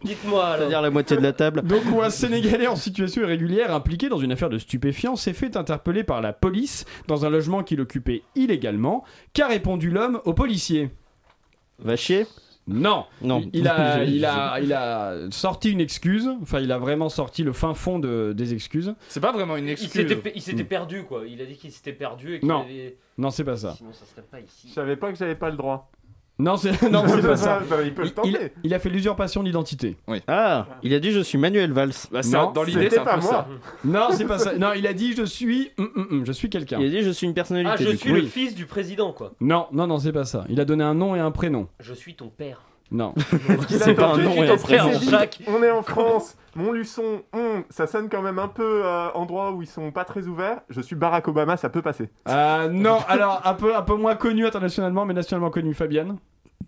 B: Dites-moi alors.
E: C'est-à-dire la moitié de la table.
A: Donc, où un Sénégalais en situation irrégulière impliqué dans une affaire de stupéfiants s'est fait interpeller par la police dans un logement qu'il occupait illégalement. Qu'a répondu l'homme au policier
E: Va chier.
A: Non.
E: Non.
A: Il
B: *laughs*
A: a,
E: Je-
A: il, a, il a sorti une excuse, enfin il a vraiment sorti le fin fond de- des excuses. Hmm.
C: C'est pas vraiment une
B: Il
C: excuse.
B: s'était pe- il s'était perdu quoi. Il a dit qu'il s'était perdu et qu'il
A: Non,
B: avait.
A: non c'est pas ça.
B: Sinon, ça serait pas ici.
J: Je savais pas que j'avais pas le droit. *laughs*
A: Non c'est non, c'est pas ça.
J: Bah, il peut le
A: Il- il,
J: tenter.
A: il a fait l'usurpation d'identité. Bah,
E: Ah, il a dit je suis Manuel Valls.
C: c'est un- dans l'idée,
J: C'était
C: c'est un
J: pas
C: peu
J: moi.
C: ça.
A: Non c'est pas ça. Non il a dit je suis, hum, hum, hum, je suis quelqu'un.
E: Il a dit je suis une personnalité.
B: Ah, je
E: du
B: suis
E: coup.
B: le
E: Oui.
B: fils du président quoi.
A: Non non non c'est pas ça. Il a donné un nom et un prénom.
B: Je suis ton père.
A: Non.
J: Il a
E: C'est pas
J: tenté,
E: un nom
J: il
E: et
J: a
E: un
J: tenté,
E: prénom.
J: il s'est dit, On est en France, Montluçon, on, ça sonne quand même un peu euh, endroit où ils sont pas très ouverts. Je suis Barack Obama, ça peut passer.
A: Euh, non
E: *laughs*
A: alors un peu un peu moins connu internationalement mais nationalement connu Fabienne.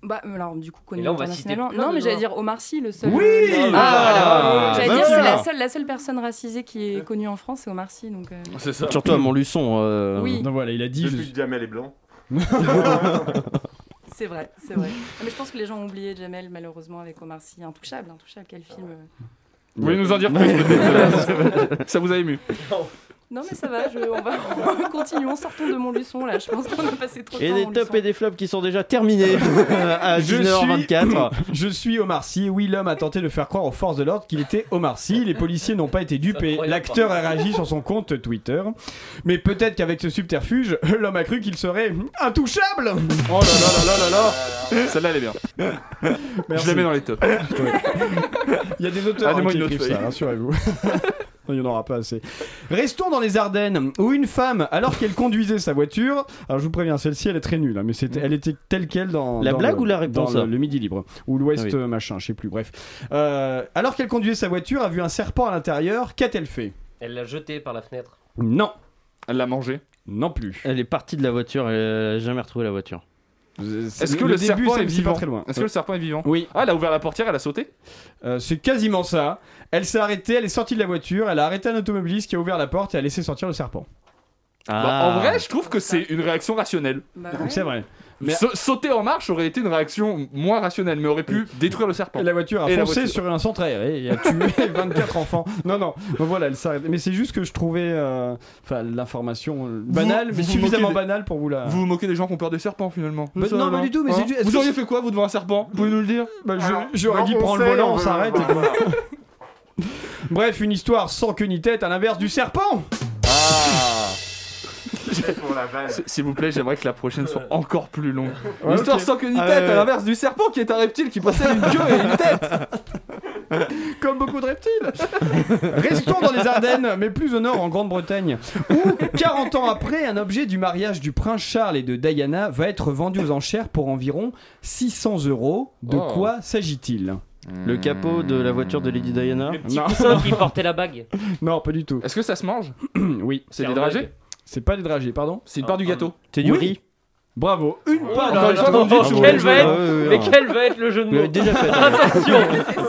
L: Bah, mais alors, du coup, connu
B: Et là, on va citer
L: internationalement.
B: plein de
L: Non, mais
B: gens.
L: j'allais dire Omar Sy, le seul.
A: Oui
L: euh,
E: Ah,
L: J'allais
E: bah
L: dire, c'est
E: voilà.
L: la seule, la seule personne racisée qui est connue en France, c'est Omar Sy. Donc, euh,
C: C'est ça.
E: Surtout à Montluçon. euh,
L: Oui.
A: Donc voilà il a dit. je
J: Depuis
A: suis-
J: que Jamel est
A: *laughs*
J: blanc.
L: c'est vrai, c'est vrai. Ah, mais je pense que les gens ont oublié Jamel, malheureusement, avec Omar Sy. Intouchable, intouchable, quel film. euh.
C: Vous voulez nous en dire plus *laughs*
A: *laughs*
C: peut-être euh, Ça vous a ému.
L: Non, mais ça va, je- on va *laughs* continuons, sortons de Montluçon, là. Je pense qu'on a passé trop de
E: Et
L: temps.
E: des tops et des flops qui sont déjà terminés euh, à
A: *laughs* Je
E: 19h24.
A: suis- Je suis Omar Sy. Oui, l'homme a tenté de faire croire aux forces de l'ordre qu'il était Omar Sy. Les policiers n'ont pas été dupés.
B: croyait
A: L'acteur a réagi sur son compte Twitter. Mais peut-être qu'avec ce subterfuge, l'homme a cru qu'il serait intouchable.
C: Oh là là là là là là Celle-là elle est bien. Je la mets dans les tops.
A: *laughs* Il y a des auteurs
C: Donnez-moi
A: hein, qui
C: une autre
A: écrivent ça,
C: feuille.
A: rassurez-vous. Non, Il n'y en aura pas assez. Restons dans les Ardennes, où une femme, alors qu'elle conduisait sa voiture, alors je vous préviens, celle-ci elle est très nulle, hein, mais c'était, elle était telle qu'elle dans.
E: Mm. La
A: dans
E: blague
A: le-
E: ou la réponse,
A: dans le,
E: hein
A: le Midi Libre, ou l'Ouest
E: Oui.
A: euh, machin, je sais plus, bref. Euh, alors qu'elle conduisait sa voiture, a vu un serpent à l'intérieur, qu'a-t-elle fait
B: Elle l'a jeté par la fenêtre.
A: Non,
C: Elle l'a mangé.
A: non plus.
E: Elle est partie de la voiture, euh, elle n'a jamais retrouvé la voiture.
C: Est-ce que le,
A: début,
C: serpent
A: c'est-
C: est
A: c'est
C: vivant
A: pas très loin.
C: Est-ce que le serpent est vivant
A: Oui,
C: Ah, elle a ouvert la portière, elle a sauté
A: euh, c'est quasiment ça. Elle s'est arrêtée, elle est sortie de la voiture, elle a arrêté un automobiliste qui a ouvert la porte et a laissé sortir le serpent.
E: Ah.
C: Bah, en vrai, je trouve que c'est une réaction rationnelle.
L: Bah
A: ouais. C'est vrai. Mais-
C: Sa- Sauter en marche aurait été une réaction moins rationnelle, mais aurait pu détruire le serpent.
A: Et la voiture a
C: Et la
A: foncé
C: voiture.
A: sur un centre
C: *laughs*
A: aéré et a *laughs* tué 24 enfants. Non, non, Donc voilà, elle s'arrête. Mais c'est juste que je trouvais euh, enfin, l'information euh, banale,
C: vous
A: mais
C: vous
A: suffisamment
C: moquez des-
A: banale pour vous la.
C: Vous vous moquez des gens qui ont peur des serpents finalement
A: Bah,
C: Ça, Hein
A: non, pas du tout, mais c'est juste- est-ce
C: Vous
A: que
C: auriez
A: c'est- Bah,
C: fait quoi vous devant un serpent Vous pouvez nous le dire
A: Alors, j'aurais dit,
C: non, on
A: prends le
C: sait,
A: volant, on
C: veut-
A: s'arrête,
C: voilà,
A: et
C: euh, voilà.
A: *laughs* Bref, une histoire sans queue ni tête, à l'inverse du serpent
C: Ah. *laughs* S- *laughs* S'il vous plaît, j'aimerais que la prochaine soit encore plus longue.
A: Ouais,
C: L'histoire
A: ok.
C: sans queue ni tête,
A: Ah, ouais, ouais.
C: à l'inverse du serpent qui est un reptile qui possède une queue et une tête.
A: *laughs* Comme beaucoup de reptiles *laughs* Restons dans les Ardennes, mais plus au nord en Grande-Bretagne, où 40 ans après, un objet du mariage du prince Charles et de Diana va être vendu aux enchères pour environ 600 euros. De
E: Oh.
A: quoi s'agit-il
E: Le capot de la voiture de Lady Diana
B: Petit *laughs* coussin qui portait la bague.
A: Non, pas du tout.
C: Est-ce que ça se mange
A: *clears throat* Oui.
C: C'est
B: un
C: des dragées
B: mug.
A: C'est pas des dragées, pardon
C: C'est une part du gâteau.
E: C'est du
A: Oui.
E: riz
A: Bravo, une
B: Oh
A: part
B: là
A: de
B: là,
A: dragée.
B: oh, quel va être-
E: Ah ouais, ouais,
B: mais
E: ouais.
B: quel va être le jeu de
E: Vous
B: mots
E: l'avez déjà fait. hein. *laughs*
B: Attention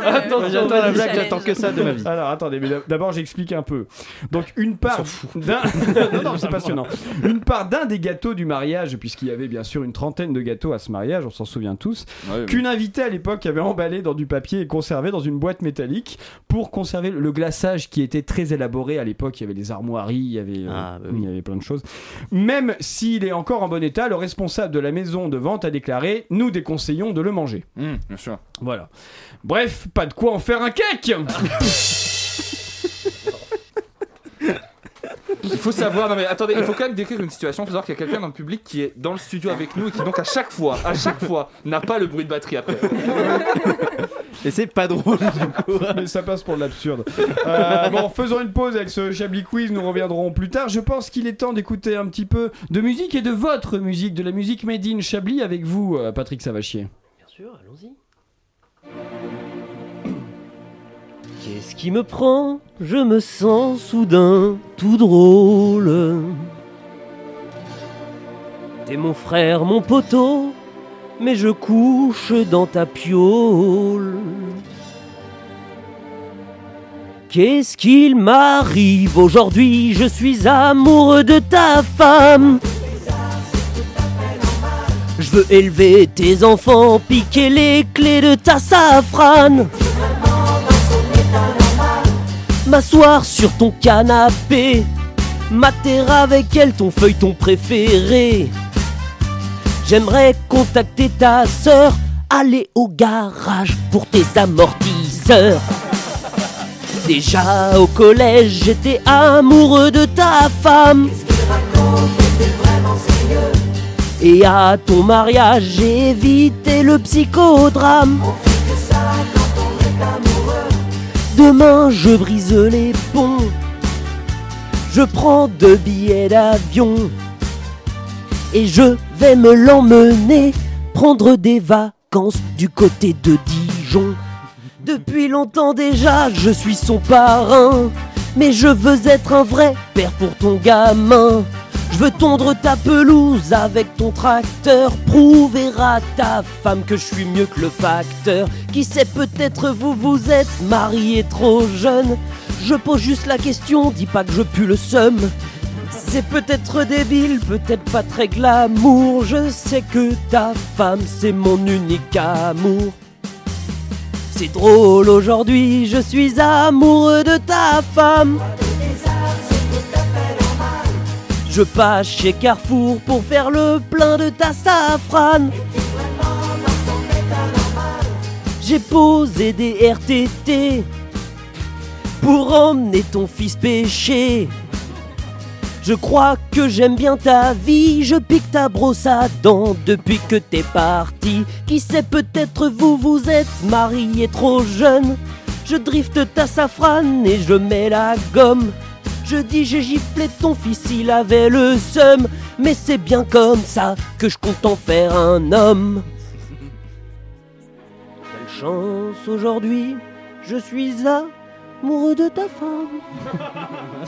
B: Attention
E: J'attends la blague, j'attends que ça de ma vie.
A: Alors attendez, mais d'ab- d'abord j'explique un peu. Donc une part d'un *laughs* non, non, c'est passionnant. *laughs* Une part d'un des gâteaux du mariage, puisqu'il y avait bien sûr une trentaine de gâteaux à ce mariage, on s'en souvient tous, qu'une invitée à l'époque avait emballé dans du papier et conservé dans une boîte métallique pour conserver le glaçage qui était très élaboré à l'époque. Il y avait des armoiries, il y avait, euh,
C: Ah, bah
A: il y avait plein de choses. Même s'il est encore en bon état, le responsable de la maison de vente a déclaré nous déconseillons de le manger.
C: Hum, bien sûr.
A: Voilà. Bref, pas de quoi en faire un cake.
C: *laughs* Il faut savoir, non mais attendez, il faut quand même décrire une situation. Il faut savoir qu'il y a quelqu'un dans le public qui est dans le studio avec nous et qui donc à chaque fois, à chaque fois, n'a pas le bruit de batterie après.
E: *laughs* Et c'est pas drôle du coup.
A: Mais ça passe pour de l'absurde.
E: *laughs*
A: Euh, bon, faisons une pause avec ce Chablis Quiz, nous reviendrons plus tard. Je pense qu'il est temps d'écouter un petit peu de musique et de votre musique, de la musique made in Chablis avec vous, euh, Patrick Savachier.
B: Bien sûr, allons-y. Qu'est-ce qui me prend Je me sens soudain tout drôle. T'es mon frère, mon poteau, mais je couche dans ta piole. Qu'est-ce qu'il m'arrive aujourd'hui Je suis amoureux de ta femme. Je veux élever tes enfants, piquer les clés de ta safrane. M'asseoir sur ton canapé, mater avec elle ton feuilleton préféré. J'aimerais contacter ta sœur, aller au garage pour tes amortisseurs. Déjà au collège, j'étais amoureux de ta femme. Et à ton mariage, j'ai évité le psychodrame. Demain, je brise les ponts. Je prends deux billets d'avion. Et je vais me l'emmener prendre des vacances du côté de Dijon. Depuis longtemps déjà, je suis son parrain. Mais je veux être un vrai père pour ton gamin. Je veux tondre ta pelouse avec ton tracteur. Prouver à ta femme que je suis mieux que le facteur. Qui sait, peut-être vous vous êtes mariés trop jeune. Je pose juste la question, dis pas que je pue le seum. C'est peut-être débile, peut-être pas très glamour. Je sais que ta femme, c'est mon unique amour. C'est drôle aujourd'hui, je suis amoureux de ta femme. Je passe chez Carrefour pour faire le plein de ta safrane. J'ai posé des RTT pour emmener ton fils pêcher. Je crois que j'aime bien ta vie, je pique ta brosse à dents depuis que t'es parti. Qui sait, peut-être vous vous êtes mariés trop jeune. Je drifte ta safrane et je mets la gomme. Je dis j'ai giflé ton fils, il avait le seum. Mais c'est bien comme ça que je compte en faire un homme. Quelle chance aujourd'hui, je suis amoureux de ta femme.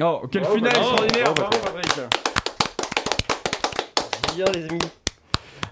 A: Oh, quel
B: Bravo,
A: final
B: bravo,
A: extraordinaire
B: bravo,
A: Bravo, Patrick.
B: Bien les amis.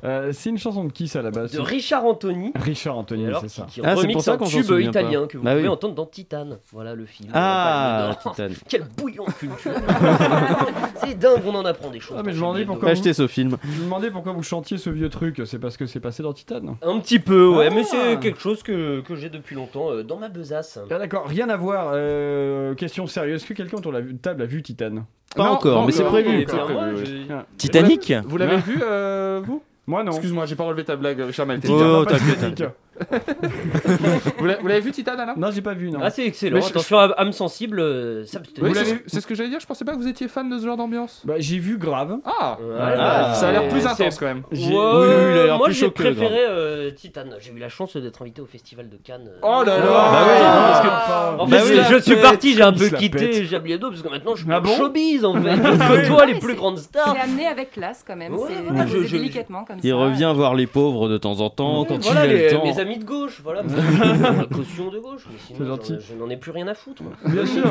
A: Euh, c'est une chanson de qui ça à la base
B: De Richard Anthony.
A: Richard Anthony,
B: Alors,
A: Ah, c'est ça.
B: qui Ah, remixe un tube italien que vous
E: Bah
B: pouvez entendre dans Titan. Voilà le film.
A: Bah Ah,
B: Euh, pas le-
A: Titan.
B: *laughs* Quel bouillon de culture *laughs* C'est dingue, on en apprend des choses.
A: Ah, mais je me demandais pourquoi.
E: Achetez
A: vous-
E: ce film.
A: Je me demandais pourquoi vous chantiez ce vieux truc. C'est parce que c'est passé dans Titan.
B: Un petit peu, ouais,
A: Ah.
B: mais c'est quelque chose que, que j'ai depuis longtemps euh, dans ma besace.
A: Ah, D'accord, rien à voir. Euh, question sérieuse. Est-ce que quelqu'un autour de la table a vu Titan
E: Pas Non, encore, pas mais c'est encore. prévu.
A: Il est
E: Encore,
A: prévu,
E: moi,
A: oui.
E: j'ai-
A: Ah.
E: Titanic
C: Vous l'avez
A: Non.
C: vu, euh, vous
A: Moi non.
C: Excuse-moi, j'ai pas relevé ta blague, Richard Malte.
A: Titan,
E: Oh,
A: non, pas Titanic.
C: vous l'a- vous l'avez vu, Titan, Alain
A: Non, j'ai pas vu, non.
B: Ah, c'est excellent.
C: Mais je-
B: Attention, à âme sensible, euh, s'abstenir.
C: Vous l'avez vu C'est ce que j'allais dire, je pensais pas que vous étiez fan de ce genre d'ambiance.
A: Bah, j'ai vu grave.
C: Ah,
B: Voilà.
C: Ça a l'air plus
B: C'est-
C: intense quand même.
B: Ouais,
A: J'ai- oui, oui, il a l'air
B: moi
A: plus
B: j'ai
A: chaud que le
B: préféré euh, Titan. J'ai eu la chance d'être invité au festival de Cannes. euh,
C: Oh là là
B: Bah oui, parce que-
C: Ah.
B: en
C: Bah
B: fait,
C: oui,
B: je
C: la
B: suis
C: pète.
B: parti, j'ai un
C: Il
B: peu
C: se la
B: quitté
C: pète.
B: Jabliado parce que maintenant je suis
C: Ah
B: en
C: bon
B: showbiz en fait. Je
L: Non,
B: côtoie les
L: mais
B: plus
L: c'est-
B: grandes stars.
L: C'est amené avec classe quand même.
B: Ouais,
L: c'est
B: voilà,
L: posé
B: Ah, je- je-
L: délicatement comme
E: Il
L: ça.
E: revient voir les pauvres de temps en temps quand
B: voilà
E: il a
B: les-
E: le temps.
B: mes amis de gauche, voilà.
A: *laughs*
B: la caution de gauche. Mais
A: C'est
B: sinon,
A: gentil.
B: j'en- je n'en ai plus rien à foutre.
A: Bien
B: *laughs*
A: sûr.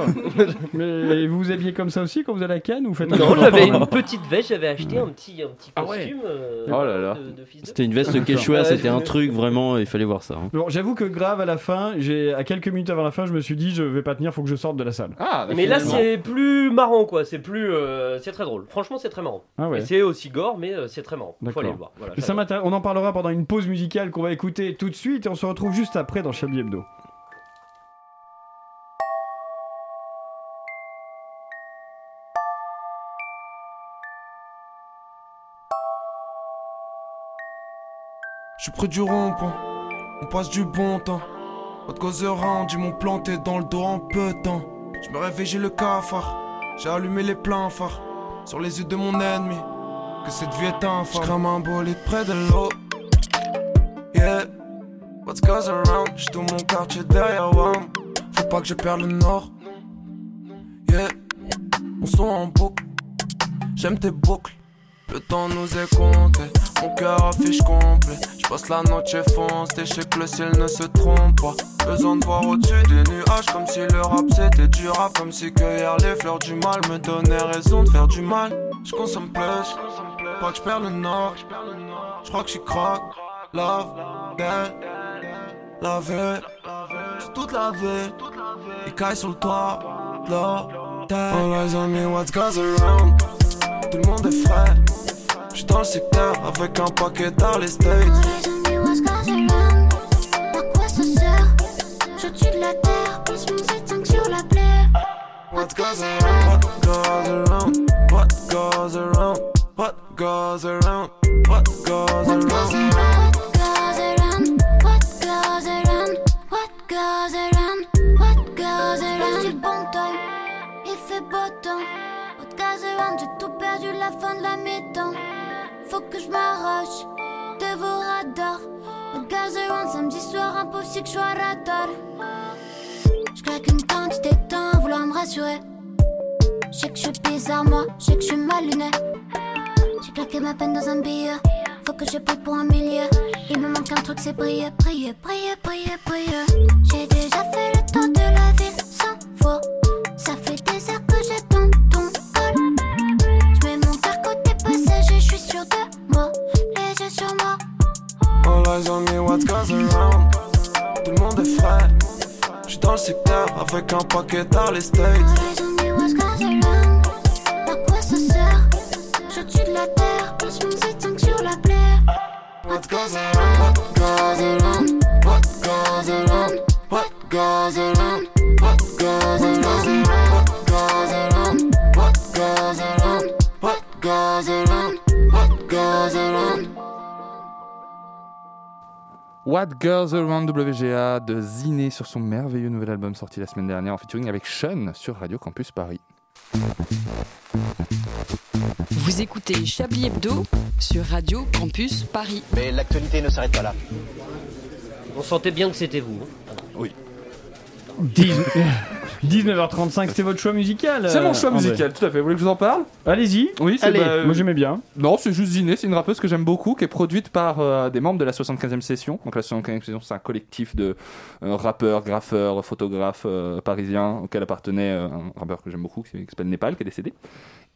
A: *laughs* mais vous vous habillez comme ça aussi quand vous allez à Cannes ou vous faites un
B: Non,
A: peu-
B: j'avais
A: *laughs*
B: une petite veste, j'avais acheté un petit, un petit costume.
A: Ah ouais.
B: euh,
E: Oh là là.
B: de- de fils de-
E: C'était une veste quechua,
A: D'accord.
E: c'était un truc vraiment, il fallait voir ça. hein.
A: Bon, j'avoue que grave à la fin, j'ai à quelques minutes avant la fin, je me suis dit je vais pas tenir, faut que je sorte de la salle.
C: Ah,
B: mais là, c'est plus marrant, quoi. C'est plus, euh, c'est très drôle. Franchement, c'est très marrant.
A: Ah ouais.
B: Et c'est aussi gore, mais euh, c'est très marrant. Faut aller le voir. Voilà,
A: Et ça m'intéresse. On en parlera pendant une pause musicale qu'on va écouter tout de suite et on se retrouve juste après dans Chablis Hebdo.
Q: Je suis près du rond-point, on passe du bon temps. Votre causeur rendu m'ont planté dans le dos en peu de temps. Je me réveille, j'ai le cafard, j'ai allumé les pleins phares sur les yeux de mon ennemi. Que cette vie est infâme. J'crame un bolide près de l'eau. Yeah, what's goes around? J'tourne mon quartier derrière WAM. Faut pas que je perde le nord. Yeah, on sont en boucle. J'aime tes boucles. Le temps nous est compté, mon cœur affiche complet. Je passe la noche fonce, et je sais que le ciel ne se trompe pas. Besoin de voir au-dessus des nuages, comme si le rap c'était du rap. Comme si cueillir les fleurs du mal me donnait raison de faire du mal. Je consomme plus, pas que je perds le nord. Je crois que je croque, love, yeah. la vie, sur toute la vie. Il caille sur le toit, de l'hôtel. All eyes on me, what's goes around? Tout le monde est frais. J'suis dans le secteur avec un paquet dans les States.
R: À quoi ça sert Je tue de la terre, plus mon s'éteint sur la plaie.
Q: What goes around? What goes around? What goes around? What goes around? What goes around?
R: Goes around, what goes around, what goes around, what goes around. C'est bon temps, il fait beau temps. What goes around, j'ai tout perdu la fin de la mi-temps. Faut que je m'arrache de vos radars. What goes around, samedi soir, impossible que je sois radar. Je claque une quantité de temps à vouloir me rassurer. Je sais que je suis bizarre, moi, je sais que je suis mal luné. J'ai claqué ma peine dans un billet. Faut que je paye pour un milieu. Il me manque un truc, c'est briller, briller, briller, briller, briller. J'ai déjà fait le tour de la ville sans fois. Ça fait des heures que j'attends ton call. Je mets mon cœur côté passager, je suis sûre de moi. Les yeux sur moi.
Q: All eyes on me, what goes around? Tout le monde est frais. J'suis dans le secteur avec un paquet dans les States.
R: Mais what's goes around? À quoi ça sert? Je tue de la terre, plus mon s'éteint sur la plaie.
Q: What goes around? What goes around? What goes around? What goes around? What goes around? What goes around? What goes around? What goes around? What goes around?
C: What Girls Around WGA de Ziné sur son merveilleux nouvel album sorti la semaine dernière en featuring avec Sean sur Radio Campus Paris.
I: Vous écoutez Chablis Hebdo sur Radio Campus Paris. Mais l'actualité ne s'arrête pas là.
A: *laughs*
B: On sentait bien que c'était vous. hein.
K: Oui.
A: 19h35, c'était votre choix musical.
C: C'est
A: euh,
C: mon choix
A: André.
C: musical, tout à fait. Vous voulez que je vous en parle
A: Allez-y.
C: Oui, c'est
A: Allez.
C: bah, euh,
A: Moi j'aimais bien.
C: Non, c'est juste Ziné, c'est une rappeuse que j'aime beaucoup, qui est produite par euh, des membres de la 75e session. Donc la 75e session, c'est un collectif de euh, rappeurs, graffeurs, photographes euh, parisiens auquel appartenait euh, un rappeur que j'aime beaucoup, qui s'appelle Népal, qui est décédé.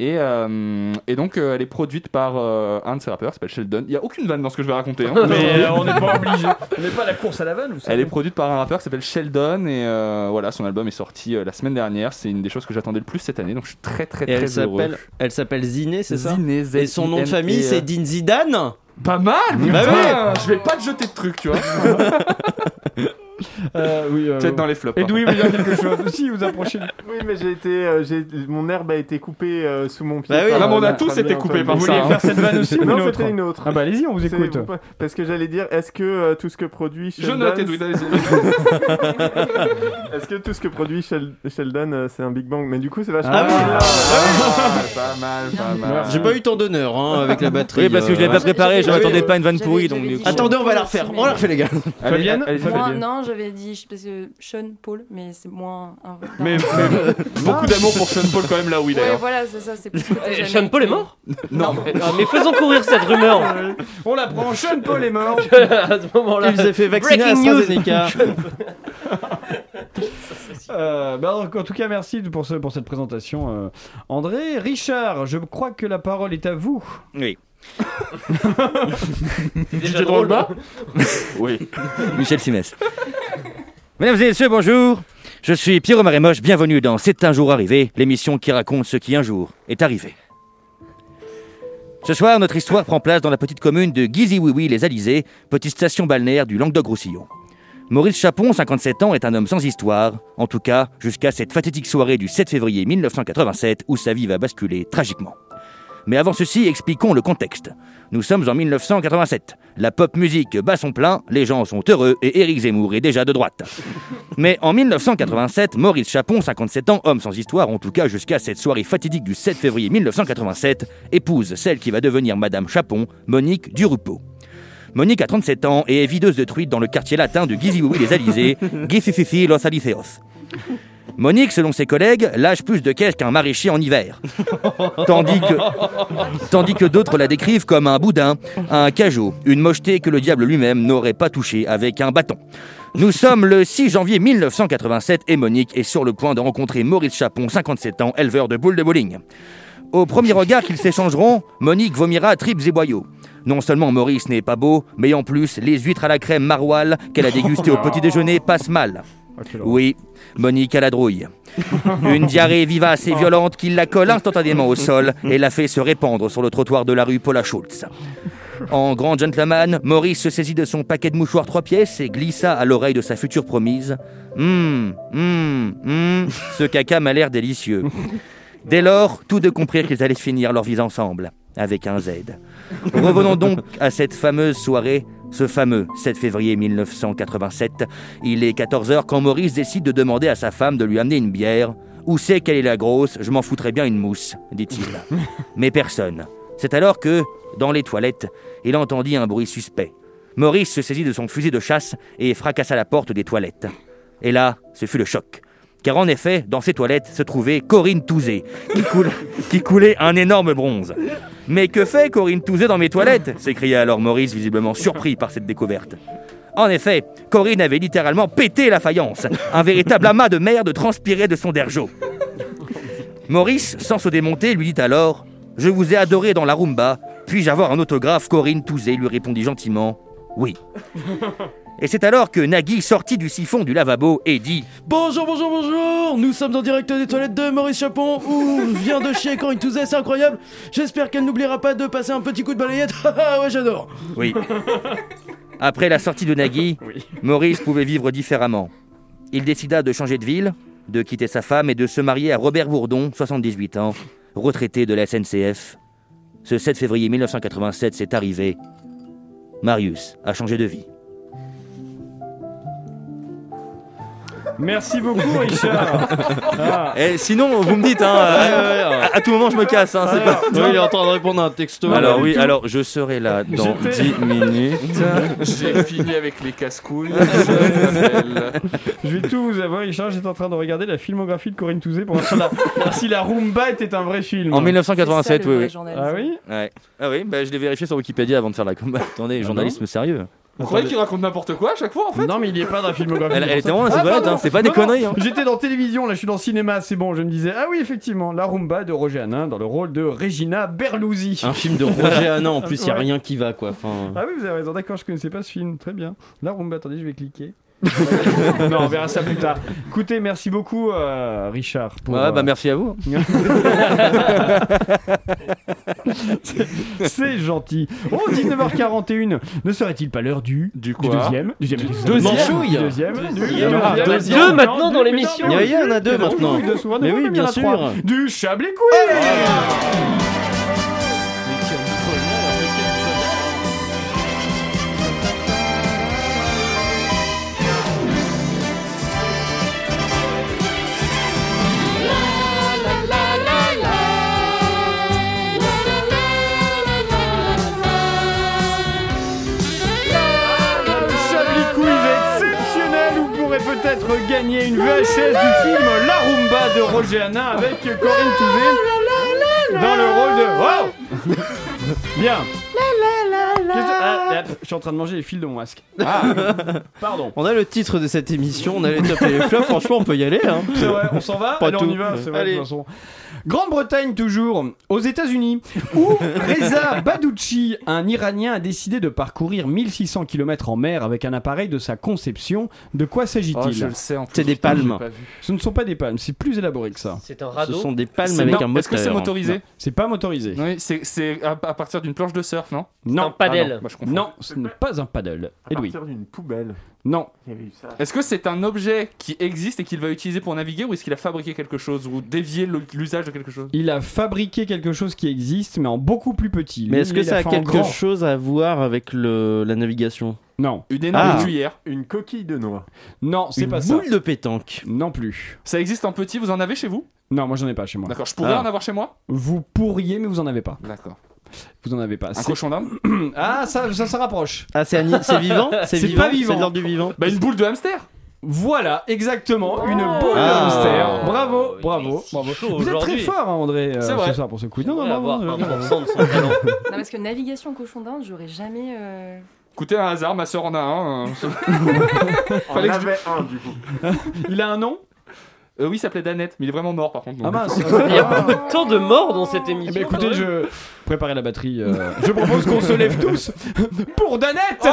C: Et, euh, et donc euh, elle est produite par euh, un de ces rappeurs, qui s'appelle Sheldon. Il n'y a aucune vanne dans ce que je vais raconter. hein.
A: *laughs* Mais euh, on n'est pas
C: *laughs*
A: obligé. *laughs* On n'est pas à la course à la vanne, vous savez.
C: Elle est produite par un rappeur qui s'appelle Sheldon et euh, voilà son album est sorti euh, la semaine dernière. C'est une des choses que j'attendais le plus cette année, donc je suis très très
E: Et
C: très
E: elle
C: heureux.
E: s'appelle, elle s'appelle Ziné, c'est ça
C: Ziné,
E: E
A: E
E: Et son nom de famille, c'est Din Zidane
C: Pas mal Ah,
E: Bah
C: putain,
E: oui
C: Je vais pas te jeter de trucs,
A: *laughs*
C: tu vois. Peut-être dans les flops.
A: Euh, Et
C: pardon.
A: Douy, vous dire quelque
E: *laughs*
A: chose aussi, vous approchez.
J: Oui, mais j'ai été, euh, j'ai- mon herbe a été coupée euh, sous mon pied.
A: Bah oui.
J: par,
A: Ah, mais on
J: euh,
A: a tous
J: Fabien
A: été coupés
J: Antoine.
A: par Vous ça, vouliez hein. faire cette vanne aussi ou
J: *laughs*
A: une
J: Non,
A: autre
J: c'était une autre.
A: Ah bah, allez-y, on vous
J: C'est-
A: écoute.
J: Parce que j'allais dire, est-ce que euh, tout ce que produit
C: Je
J: Sheldon...
C: note, Edoui, allez-y.
J: *laughs* Est-ce que tout ce que produit Shel- Sheldon, euh, c'est un Big Bang Mais du coup, c'est vachement...
E: Ah oui.
J: bien.
C: Ah, Pas mal, pas mal.
E: J'ai pas eu tant d'honneur hein, avec la batterie. euh,
K: Oui, parce que je l'ai pas préparé, je
E: Oui,
K: m'attendais
E: oui.
K: pas à une vanne pourrie, donc
L: j'avais
K: du
L: dit-
K: coup-
E: Attendez, on va la refaire. On la refait, les gars.
K: Allez, Fabienne
C: allez,
L: Moi, non, j'avais dit je- parce que Sean Paul, mais c'est moins. Un...
C: Mais,
L: *laughs*
A: *laughs*
C: mais beaucoup d'amour pour Sean Paul quand même là où il est.
L: Ouais,
C: hein.
L: voilà, c'est ça, c'est plus ce côté jamais.
B: Eh, Sean Paul est mort
A: *laughs*
C: Non,
B: Ah, mais faisons courir cette rumeur.
A: On l'apprend, Sean Paul est mort.
B: *laughs* à ce moment-là.
E: Il s'est fait vacciner à
B: Breaking news. *laughs*
E: AstraZeneca.
A: Euh, bah, alors, en tout cas, merci pour, ce- pour cette présentation, euh, André. Richard, je crois que la parole est à vous. *laughs*
K: Oui.
C: DJ
A: hein.
C: Drogba Oui.
K: *laughs* Michel Simès. Mesdames et messieurs, bonjour. Je suis Pierrot Marémoche, bienvenue dans C'est un jour arrivé, l'émission qui raconte ce qui un jour est arrivé. Ce soir, notre histoire prend place dans la petite commune de guizy les alizés petite station balnéaire du Languedoc-Roussillon. Maurice Chapon, 57 ans, est un homme sans histoire, en tout cas jusqu'à cette fatidique soirée du 7 février 1987 où sa vie va basculer tragiquement. Mais avant ceci, expliquons le contexte. Nous sommes en 1987. La pop musique bat son plein, les gens sont heureux et Éric Zemmour est déjà de droite. Mais en 1987, Maurice Chapon, 57 ans, homme sans histoire, en tout cas jusqu'à cette soirée fatidique du 7 février 1987, épouse celle qui va devenir Madame Chapon, Monique Durupo. Monique a 37 ans et est videuse de truites dans le quartier latin de Gizioui les Alizés, Gifififi los Aliceos. Monique, selon ses collègues, lâche plus de caisse qu'un maraîcher en hiver. Tandis que, tandis que d'autres la décrivent comme un boudin, un cajot, une mocheté que le diable lui-même n'aurait pas touché avec un bâton. Nous sommes le 6 janvier 1987 et Monique est sur le point de rencontrer Maurice Chapon, 57 ans, éleveur de boules de bowling. Au premier regard qu'ils s'échangeront, Monique vomira tripes et boyaux. Non seulement Maurice n'est pas beau, mais en plus, les huîtres à la crème maroilles qu'elle a dégustées au petit déjeuner passent mal. Oui, Monique à la drouille. *laughs* Une diarrhée vivace et violente qui la colle instantanément au sol et la fait se répandre sur le trottoir de la rue Paula Schultz. En grand gentleman, Maurice se saisit de son paquet de mouchoirs trois pièces et glissa à l'oreille de sa future promise. Hum, hum, hum, ce caca m'a l'air délicieux. Dès lors, tous deux comprirent qu'ils allaient finir leur vie ensemble, avec un Z. Revenons donc à cette fameuse soirée, ce fameux 7 février 1987. Il est 14h quand Maurice décide de demander à sa femme de lui amener une bière. Où c'est qu'elle est la grosse Je m'en foutrais bien une mousse, dit-il. Mais personne. C'est alors que, dans les toilettes, il entendit un bruit suspect. Maurice se saisit de son fusil de chasse et fracassa la porte des toilettes. Et là, ce fut le choc. Car en effet, dans ces toilettes se trouvait Corinne Touzé, qui, coul- qui coulait un énorme bronze. Mais que fait Corinne Touzé dans mes toilettes s'écria alors Maurice, visiblement surpris par cette découverte. En effet, Corinne avait littéralement pété la faïence. Un véritable amas de merde transpirait de son dergeau. Maurice, sans se démonter, lui dit alors Je vous ai adoré dans la rumba, puis-je avoir un autographe Corinne Touzé lui répondit gentiment Oui. Et c'est alors que Nagui sortit du siphon du lavabo et dit
E: Bonjour, bonjour, bonjour Nous sommes en direct des toilettes de Maurice Chapon, où vient de chez Corinne Touzet, c'est incroyable J'espère qu'elle n'oubliera pas de passer un petit coup de balayette, *laughs* Ah ouais j'adore
K: Oui. Après la sortie de *laughs* Nagui, Maurice pouvait vivre différemment. Il décida de changer de ville, de quitter sa femme et de se marier à Robert Bourdon, 78 ans, retraité de la SNCF. Ce 7 février 1987, c'est arrivé. Marius a changé de vie.
A: Merci beaucoup, Richard. Ah.
K: Et Eh, sinon, vous me dites,
A: *laughs*
K: hein, euh, à, à tout moment, je me casse. Hein, c'est pas...
E: Oui, il est en train de répondre à un texto.
K: Alors oui, alors je serai là dans
C: J'étais-
K: 10 minutes.
C: J'ai fini avec les casse-couilles. Je m'appelle.
A: Je vais tout vous avouer, Richard. J'étais en train de regarder la filmographie de Corinne Touzé pour voir si la, si la Roomba était un vrai film.
K: En 1987, oui, oui.
A: Ah oui
K: Ouais. Ah oui, bah, je l'ai vérifié sur Wikipédia avant de faire la Ah combat. *laughs* Attendez, journalisme sérieux.
C: Vous croyez qu'il raconte n'importe quoi à chaque fois en fait
A: Non, mais il est pas dans la filmographie.
K: Elle- elle
A: pour
K: était
A: ça.
K: vraiment là, c'est vrai,
A: Ah, pardon.
K: hein, c'est pas des
A: Non, non,
K: conneries, hein.
A: J'étais dans télévision, là je suis dans cinéma, c'est bon. Je me disais, ah oui, effectivement, la Roomba de Roger Hanin dans le rôle de Regina Berluzzi.
E: Un film de Roger Hanin, en plus, il n'y a
A: Ouais.
E: rien qui va, quoi. Enfin,
A: Ah oui, vous avez raison, d'accord, je connaissais pas ce film, très bien. La Roomba, attendez, je vais
K: *laughs*
A: cliquer. non, on verra ça plus tard. Écoutez, merci beaucoup, euh, Richard. pour,
K: Ouais,
A: euh,
K: bah, merci à vous. *laughs*
A: C'est- *laughs* C'est gentil. Oh, 19h41. Ne serait-il pas l'heure du, du,
C: quoi
A: deuxième Deuxième.
E: Deuxième.
A: Manchouille. Deuxième.
E: Deuxième.
A: du-
E: Deuxième.
A: du-
E: Ah,
A: du-
E: deuxième.
A: du-
E: Deux maintenant
A: du-
E: dans
A: mais
E: l'émission.
A: non, mais
E: Il y en a deux
A: mais non,
E: maintenant.
A: oui, deux soirs,
E: Mais
A: non,
E: oui,
A: même il y en a
E: bien
A: trois.
E: sûr. Oh,
A: Du Chablis Chablis Quiz est exceptionnel. Vous pourrez peut-être gagner une VHS du film La Rumba de Roger Hanin avec Corinne Touzé dans le rôle de. Oh Bien. Qu'est-ce que- Ah, ah, je suis en train de manger les fils de mon masque. *laughs* Pardon.
E: On a le titre de cette émission, Ah. on a les top et les flops. Franchement, on peut y aller. Hein.
A: C'est vrai, on s'en va
E: Pas
A: Allez, on
E: tout.
A: y va, c'est vrai, de
E: Allez.
A: toute façon. Grande-Bretagne toujours, aux États-Unis, où
E: *laughs*
A: Reza Badouchi, un Iranien, a décidé de parcourir 1600 km en mer avec un appareil de sa conception. De quoi s'agit-il
C: Oh, je le sais, en plus,
A: C'est des
C: putain,
A: palmes.
C: j'ai pas vu.
A: Ce ne sont pas des palmes, c'est plus élaboré que ça.
C: C'est
E: un radeau. Ce sont des palmes avec un
C: Est-ce que c'est
E: moteur.
C: motorisé
E: Non.
A: C'est pas motorisé.
C: Oui, c'est- c'est à, à partir d'une planche de surf, non
A: Non.
C: Ah non, moi, je confonds.
A: non, ce n'est pas un paddle.
J: À
A: Edoui.
J: partir d'une poubelle.
A: Non.
J: Il y avait eu ça.
C: Est-ce que c'est un objet qui existe et qu'il va utiliser pour naviguer ou est-ce qu'il a fabriqué quelque chose ou dévié le- l'usage de quelque chose
A: Il a fabriqué quelque chose qui existe, mais en beaucoup plus petit. Lui,
E: Mais est-ce
A: il
E: que
A: l'a
E: ça a
A: fait en
E: quelque
A: grand.
E: chose à voir avec le, la navigation
A: Non.
C: Une
E: Ah.
C: énorme tuyère.
J: Une coquille de noix.
A: Non, c'est
E: Une
A: pas ça.
E: boule de pétanque.
A: Non plus.
C: Ça existe en petit, vous en avez chez vous
A: Non, moi j'en ai pas chez moi.
C: D'accord, je pourrais
A: Ah.
C: en avoir chez moi
A: Vous pourriez, mais vous en avez pas.
C: D'accord.
A: Vous en avez pas.
C: Un
A: C'est-
C: cochon d'âme
A: *clears throat* Ah, ça, ça, se rapproche.
E: Ah, c'est ani- c'est
A: *laughs*
E: vivant
A: C'est pas
E: C'est de
A: vivant.
E: l'ordre du vivant
C: Bah une boule de hamster
A: Voilà, exactement, une boule de
E: Ah.
A: hamster. Bravo, bravo, bravo. Vous êtes très
B: aujourd'hui.
A: fort, hein, André, euh,
C: C'est vrai.
A: ce soir pour ce coup. Non, non,
B: va
A: bravo,
B: avoir
A: bravo, bravo. *laughs*
B: 1% de son talent.
L: Non, parce que navigation cochon d'Inde, j'aurais jamais. euh,
C: Écoutez, un hasard, ma soeur en a
A: *laughs*
C: un. hein. *laughs*
J: On
C: Fallait que je-
J: avait un du coup.
A: Il a un nom
C: Euh, oui, il s'appelait Danette, mais il est vraiment mort par contre. donc.
A: Ah mince.
B: Il y a pas
A: *laughs*
B: tant de morts dans cette
A: Eh
B: émission.
A: ben, écoutez,
B: quand même.
A: je préparez la batterie. euh, *laughs* Je propose qu'on se lève tous pour
E: Oh,
A: Danette.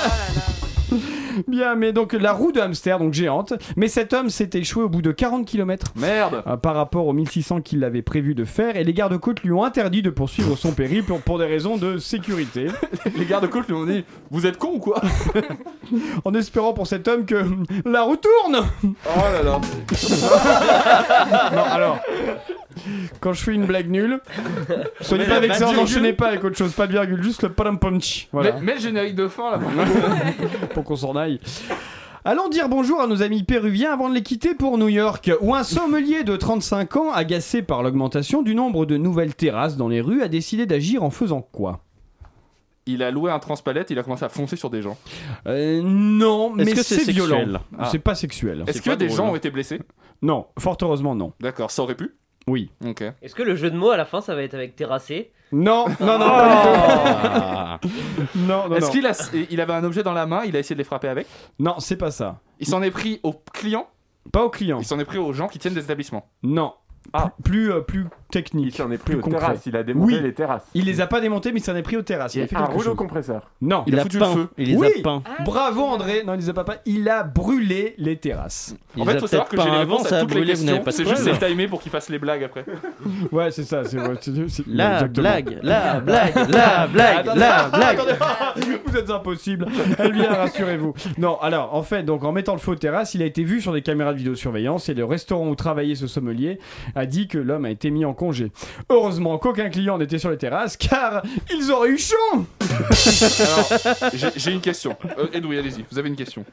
A: *laughs* Bien, mais donc la roue de hamster, donc géante. Mais cet homme s'est échoué au bout de 40 km
C: Merde
A: par rapport aux 1600 qu'il avait prévu de faire, et les gardes-côtes lui ont interdit de poursuivre son périple pour des raisons de sécurité,
C: *laughs* Les gardes-côtes lui ont dit Vous êtes con ou quoi
A: *laughs* en espérant pour cet homme que *laughs* la roue
C: *laughs*
A: tourne.
C: Oh là là
A: *laughs* Non, alors, quand je fais une
C: *laughs*
A: blague nulle, soyez pas vexés, n'enchaînez pas avec autre chose, pas de virgule, juste le palum punch. Voilà.
C: mets, mets le générique de fin là
A: pour qu'on s'en aille. Allons dire bonjour à nos amis péruviens avant de les quitter pour New York, où un sommelier de 35 ans, agacé par l'augmentation du nombre de nouvelles terrasses dans les rues, a décidé d'agir en faisant quoi
C: Il a loué un transpalette, il a commencé à foncer sur des gens.
A: Euh, Non,
E: Est-ce
A: mais
E: que c'est
A: c'est
E: sexuel
A: violent.
C: Ah.
A: C'est pas sexuel.
C: Est-ce que des gens ont été blessés
A: Non, fort heureusement non.
C: D'accord, ça aurait pu
A: Oui.
C: Ok.
B: Est-ce que le jeu de mots à la fin, ça va être avec terrassé
A: Non, non, non, pas du tout. non, non,
C: Ah. Est-ce
A: non.
C: qu'il a... il avait un objet dans la main, il a essayé de les frapper avec
A: Non, c'est pas ça.
C: Il s'en est pris aux clients
A: Pas aux clients.
C: Il s'en est pris aux gens qui tiennent des établissements.
A: Non.
C: Ah.
A: Plus, plus, euh, plus technique.
J: Il s'en est pris
A: plus
J: aux
A: concret.
J: terrasses. Il a démonté
A: Oui.
J: les terrasses.
A: Il les a pas démontés, mais il s'en est pris aux terrasses. Il a fait
J: un
A: quelque
J: rouleau
A: chose.
J: compresseur.
A: Non.
E: Il,
C: Il a
E: a,
C: foutu le
E: peint.
C: feu.
E: Il les
A: Oui.
E: a peints.
L: Ah,
A: Bravo André, non il les a pas peints, il a brûlé les terrasses.
E: Il
C: en fait,
E: les a
C: faut savoir
E: peut-être
C: que j'ai
E: peints
C: les
E: avant,
C: réponses
E: ça
C: à
E: a
C: toutes les
E: brûlé, vous n'avez
C: questions.
E: pas de
C: C'est juste
E: preuves.
C: les timer pour qu'ils fassent les blagues après.
A: *laughs* Ouais c'est ça, c'est ouais, c'est- c'est-
E: La
A: exactement.
E: blague, la
A: *laughs*
E: blague, la blague,
A: Attendez, Ah,
E: la blague.
A: attendez, *laughs* vous êtes impossible. Elle vient, rassurez-vous. Non, alors en fait, donc en mettant le feu aux terrasses, il a été vu sur des caméras de vidéosurveillance et le restaurant où travaillait ce sommelier a dit que l'homme a été mis en congé. Heureusement qu'aucun client n'était sur les terrasses car ils auraient eu chaud
C: Alors, j'ai- j'ai une question. Euh, Edoui, allez-y, vous avez une question.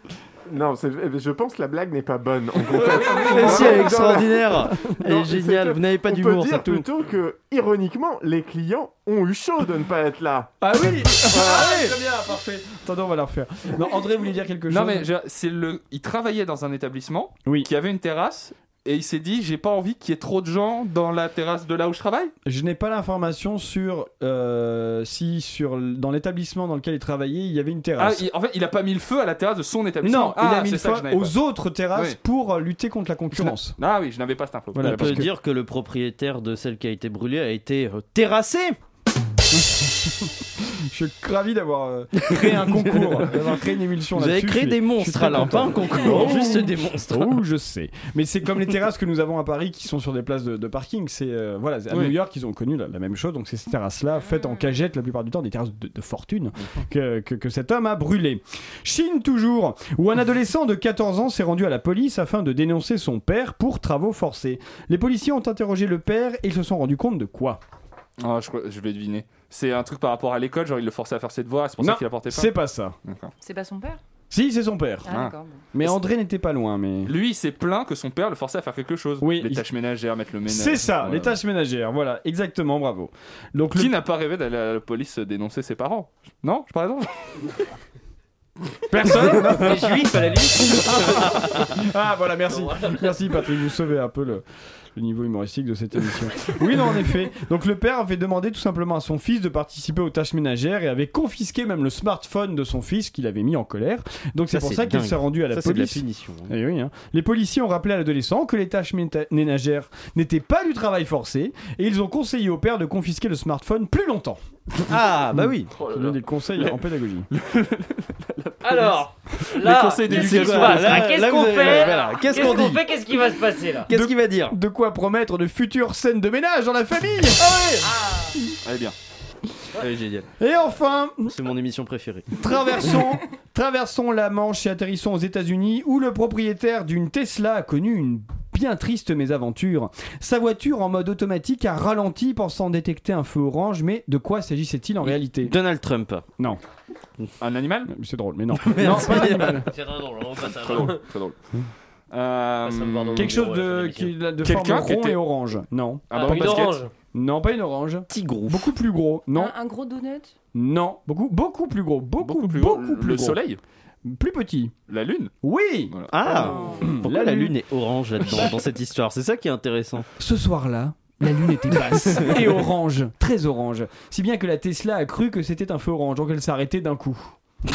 J: Non, c'est- je pense que la blague n'est pas bonne. En *laughs*
C: Mais si, elle est
E: extraordinaire. Elle est
J: Non,
E: géniale.
J: c'est que
E: Vous n'avez pas
J: on
E: d'humour,
J: peut dire
E: c'est tout.
J: plutôt que, ironiquement, les clients ont eu chaud de ne pas être là.
A: Ah
J: *laughs*
A: oui Très bien, parfait. Attendez, on va la refaire. Non, André voulait dire quelque chose.
C: Non, mais je- c'est le. Il travaillait dans un établissement qui avait une terrasse et il s'est dit j'ai pas envie qu'il y ait trop de gens dans la terrasse de là où je travaille.
A: Je n'ai pas l'information sur euh, si sur l- dans l'établissement dans lequel il travaillait il y avait une
C: Ah,
A: terrasse.
C: il- en fait, il a pas mis le feu à la terrasse de son établissement.
A: Non,
C: Ah,
A: il a mis
C: c'est
A: le
C: ça que
A: feu
C: je n'avais
A: aux
C: pas.
A: autres terrasses
C: Oui.
A: pour euh, lutter contre la concurrence.
C: Ah oui, je n'avais pas cette info.
A: Voilà,
E: On
A: parce
E: peut
A: que-
E: dire que le propriétaire de celle qui a été brûlée a été euh, terrassé.
A: *laughs* Je suis ravi d'avoir euh,
E: *laughs*
A: créé un concours, d'avoir créé une émulsion
E: Vous avez
A: là-dessus.
E: créé
A: Je suis-
E: des
A: je suis
E: monstres,
A: très
E: Alain,
A: content.
E: pas un concours, hein,
A: Oh.
E: juste des monstres.
A: Oh, je sais. Mais c'est comme les terrasses que nous avons à Paris qui sont sur des places de, de parking. C'est euh, voilà, à
C: Oui.
A: New York, ils ont connu la, la même chose. Donc c'est ces terrasses-là, faites en cagette la plupart du temps, des terrasses de, de fortune que, que- que cet homme a brûlées. Chine toujours, où un adolescent de 14 ans s'est rendu à la police afin de dénoncer son père pour travaux forcés. Les policiers ont interrogé le père et ils se sont rendus compte de quoi
C: Ah, je, crois- je vais deviner. C'est un truc par rapport à l'école, genre il le forçait à faire ses devoirs, c'est pour
A: Non,
C: ça qu'il apportait pas.
A: c'est pas ça.
C: D'accord.
L: C'est pas son père
A: Si, c'est son père.
L: Ah, d'accord.
A: Mais André n'était pas loin, mais.
C: Lui, il s'est plaint que son père le forçait à faire quelque chose.
A: Oui,
C: les
A: il-
C: tâches ménagères, mettre le ménage.
A: C'est ça,
C: Ouais.
A: les tâches ménagères, voilà, exactement, bravo. Donc,
C: Qui n'a pas rêvé d'aller à la police dénoncer ses parents Non, par exemple
A: Personne
C: *laughs* Les Juifs, à la limite.
A: *laughs* Ah voilà, merci. Merci Patrick, vous sauvez un peu le, le niveau humoristique de cette émission. Oui, non, en effet. Donc le père avait demandé tout simplement à son fils de participer aux tâches ménagères et avait confisqué même le smartphone de son fils qu'il avait mis en colère. Donc c'est
E: Ça,
A: pour
E: c'est
A: ça qu'il
E: dingue.
A: s'est rendu à la
E: Ça, c'est de la
A: police.
E: punition.
A: Eh oui, hein. Les policiers ont rappelé à l'adolescent que les tâches méta- ménagères n'étaient pas du travail forcé et ils ont conseillé au père de confisquer le smartphone plus longtemps.
E: Ah, bah oui.
A: C'est l'un des conseils en pédagogie.
S: Alors,
A: Les
S: là,
A: conseils
S: qu'est-ce qui se
A: d'éducation.
S: passe
A: Là,
S: Ah, Qu'est-ce
A: là,
S: qu'on
A: vous avez-
S: fait
A: voilà, qu'est-ce
S: Qu'est-ce
A: qu'on
S: qu'on
A: dit
S: fait Qu'est-ce qui va se passer là
A: De- De quoi promettre de futures scènes de ménage dans la famille Ah
C: Elle est bien.
E: Elle est géniale.
C: Ah.
A: Et enfin,
E: *laughs* C'est mon émission préférée.
A: traversons, *laughs* traversons la Manche et atterrissons aux États-Unis où le propriétaire d'une Tesla a connu une bien triste mésaventure. Sa voiture en mode automatique a ralenti pensant détecter un feu orange, mais de quoi s'agissait-il en réalité
E: Donald Trump.
A: Non.
C: Un animal
A: C'est drôle, mais non. non,
E: Merde.
A: pas un animal.
S: C'est très drôle, on passe à
C: Très drôle, très drôle. Euh,
A: Quelque chose de, qui, de
C: Quelqu'un
A: forme
C: qui
A: rond
C: était-
A: et orange. Non.
C: Ah, bah, une orange.
A: Non, pas une orange. Petit gros. Beaucoup plus gros. Non.
L: Un, un gros donut
A: Non, beaucoup, beaucoup plus gros, beaucoup, beaucoup plus gros.
C: Le soleil
A: Plus petit.
C: La lune
A: Oui
E: Ah Pourquoi
A: La
E: la
A: lune.
E: lune est orange là-dedans, dans cette histoire C'est ça qui est intéressant.
A: Ce soir-là, la lune était basse et orange, très orange. Si bien que la Tesla a cru que c'était un feu orange, donc elle s'est arrêtée d'un coup.
C: *laughs*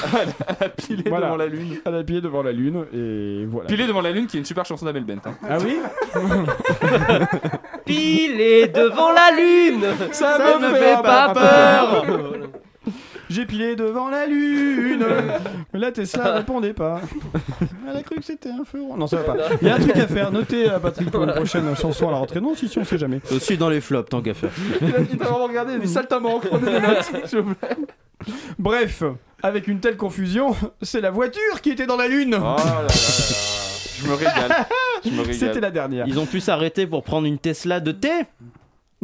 C: Elle est devant la lune.
A: Elle a pied devant la lune et voilà.
C: Pilé devant la lune, qui est une super chanson d'Amel Bent. hein.
A: Ah
K: *laughs*
A: oui
S: Pilé devant la lune
A: Ça
S: me fait pas peur
A: J'ai pilé devant la lune La Tesla répondait pas. Elle a cru que c'était un feu orange. Non, ça va pas. Il y a un truc à faire. Notez, euh, Patrick, pour une prochaine chanson à la rentrée. Non, si, si, on sait jamais. *laughs*
E: Aussi dans les flops, tant
K: *laughs*
E: qu'à faire.
C: Il a dit vraiment regardé, des saltimbanques, prenez des notes, s'il vous plaît.
A: Bref, avec une telle confusion, c'est la voiture qui était dans la lune
C: Oh là là là là. *laughs* Je me régale. Je me régale.
A: C'était la dernière.
E: Ils ont pu s'arrêter pour prendre une Tesla de thé *laughs*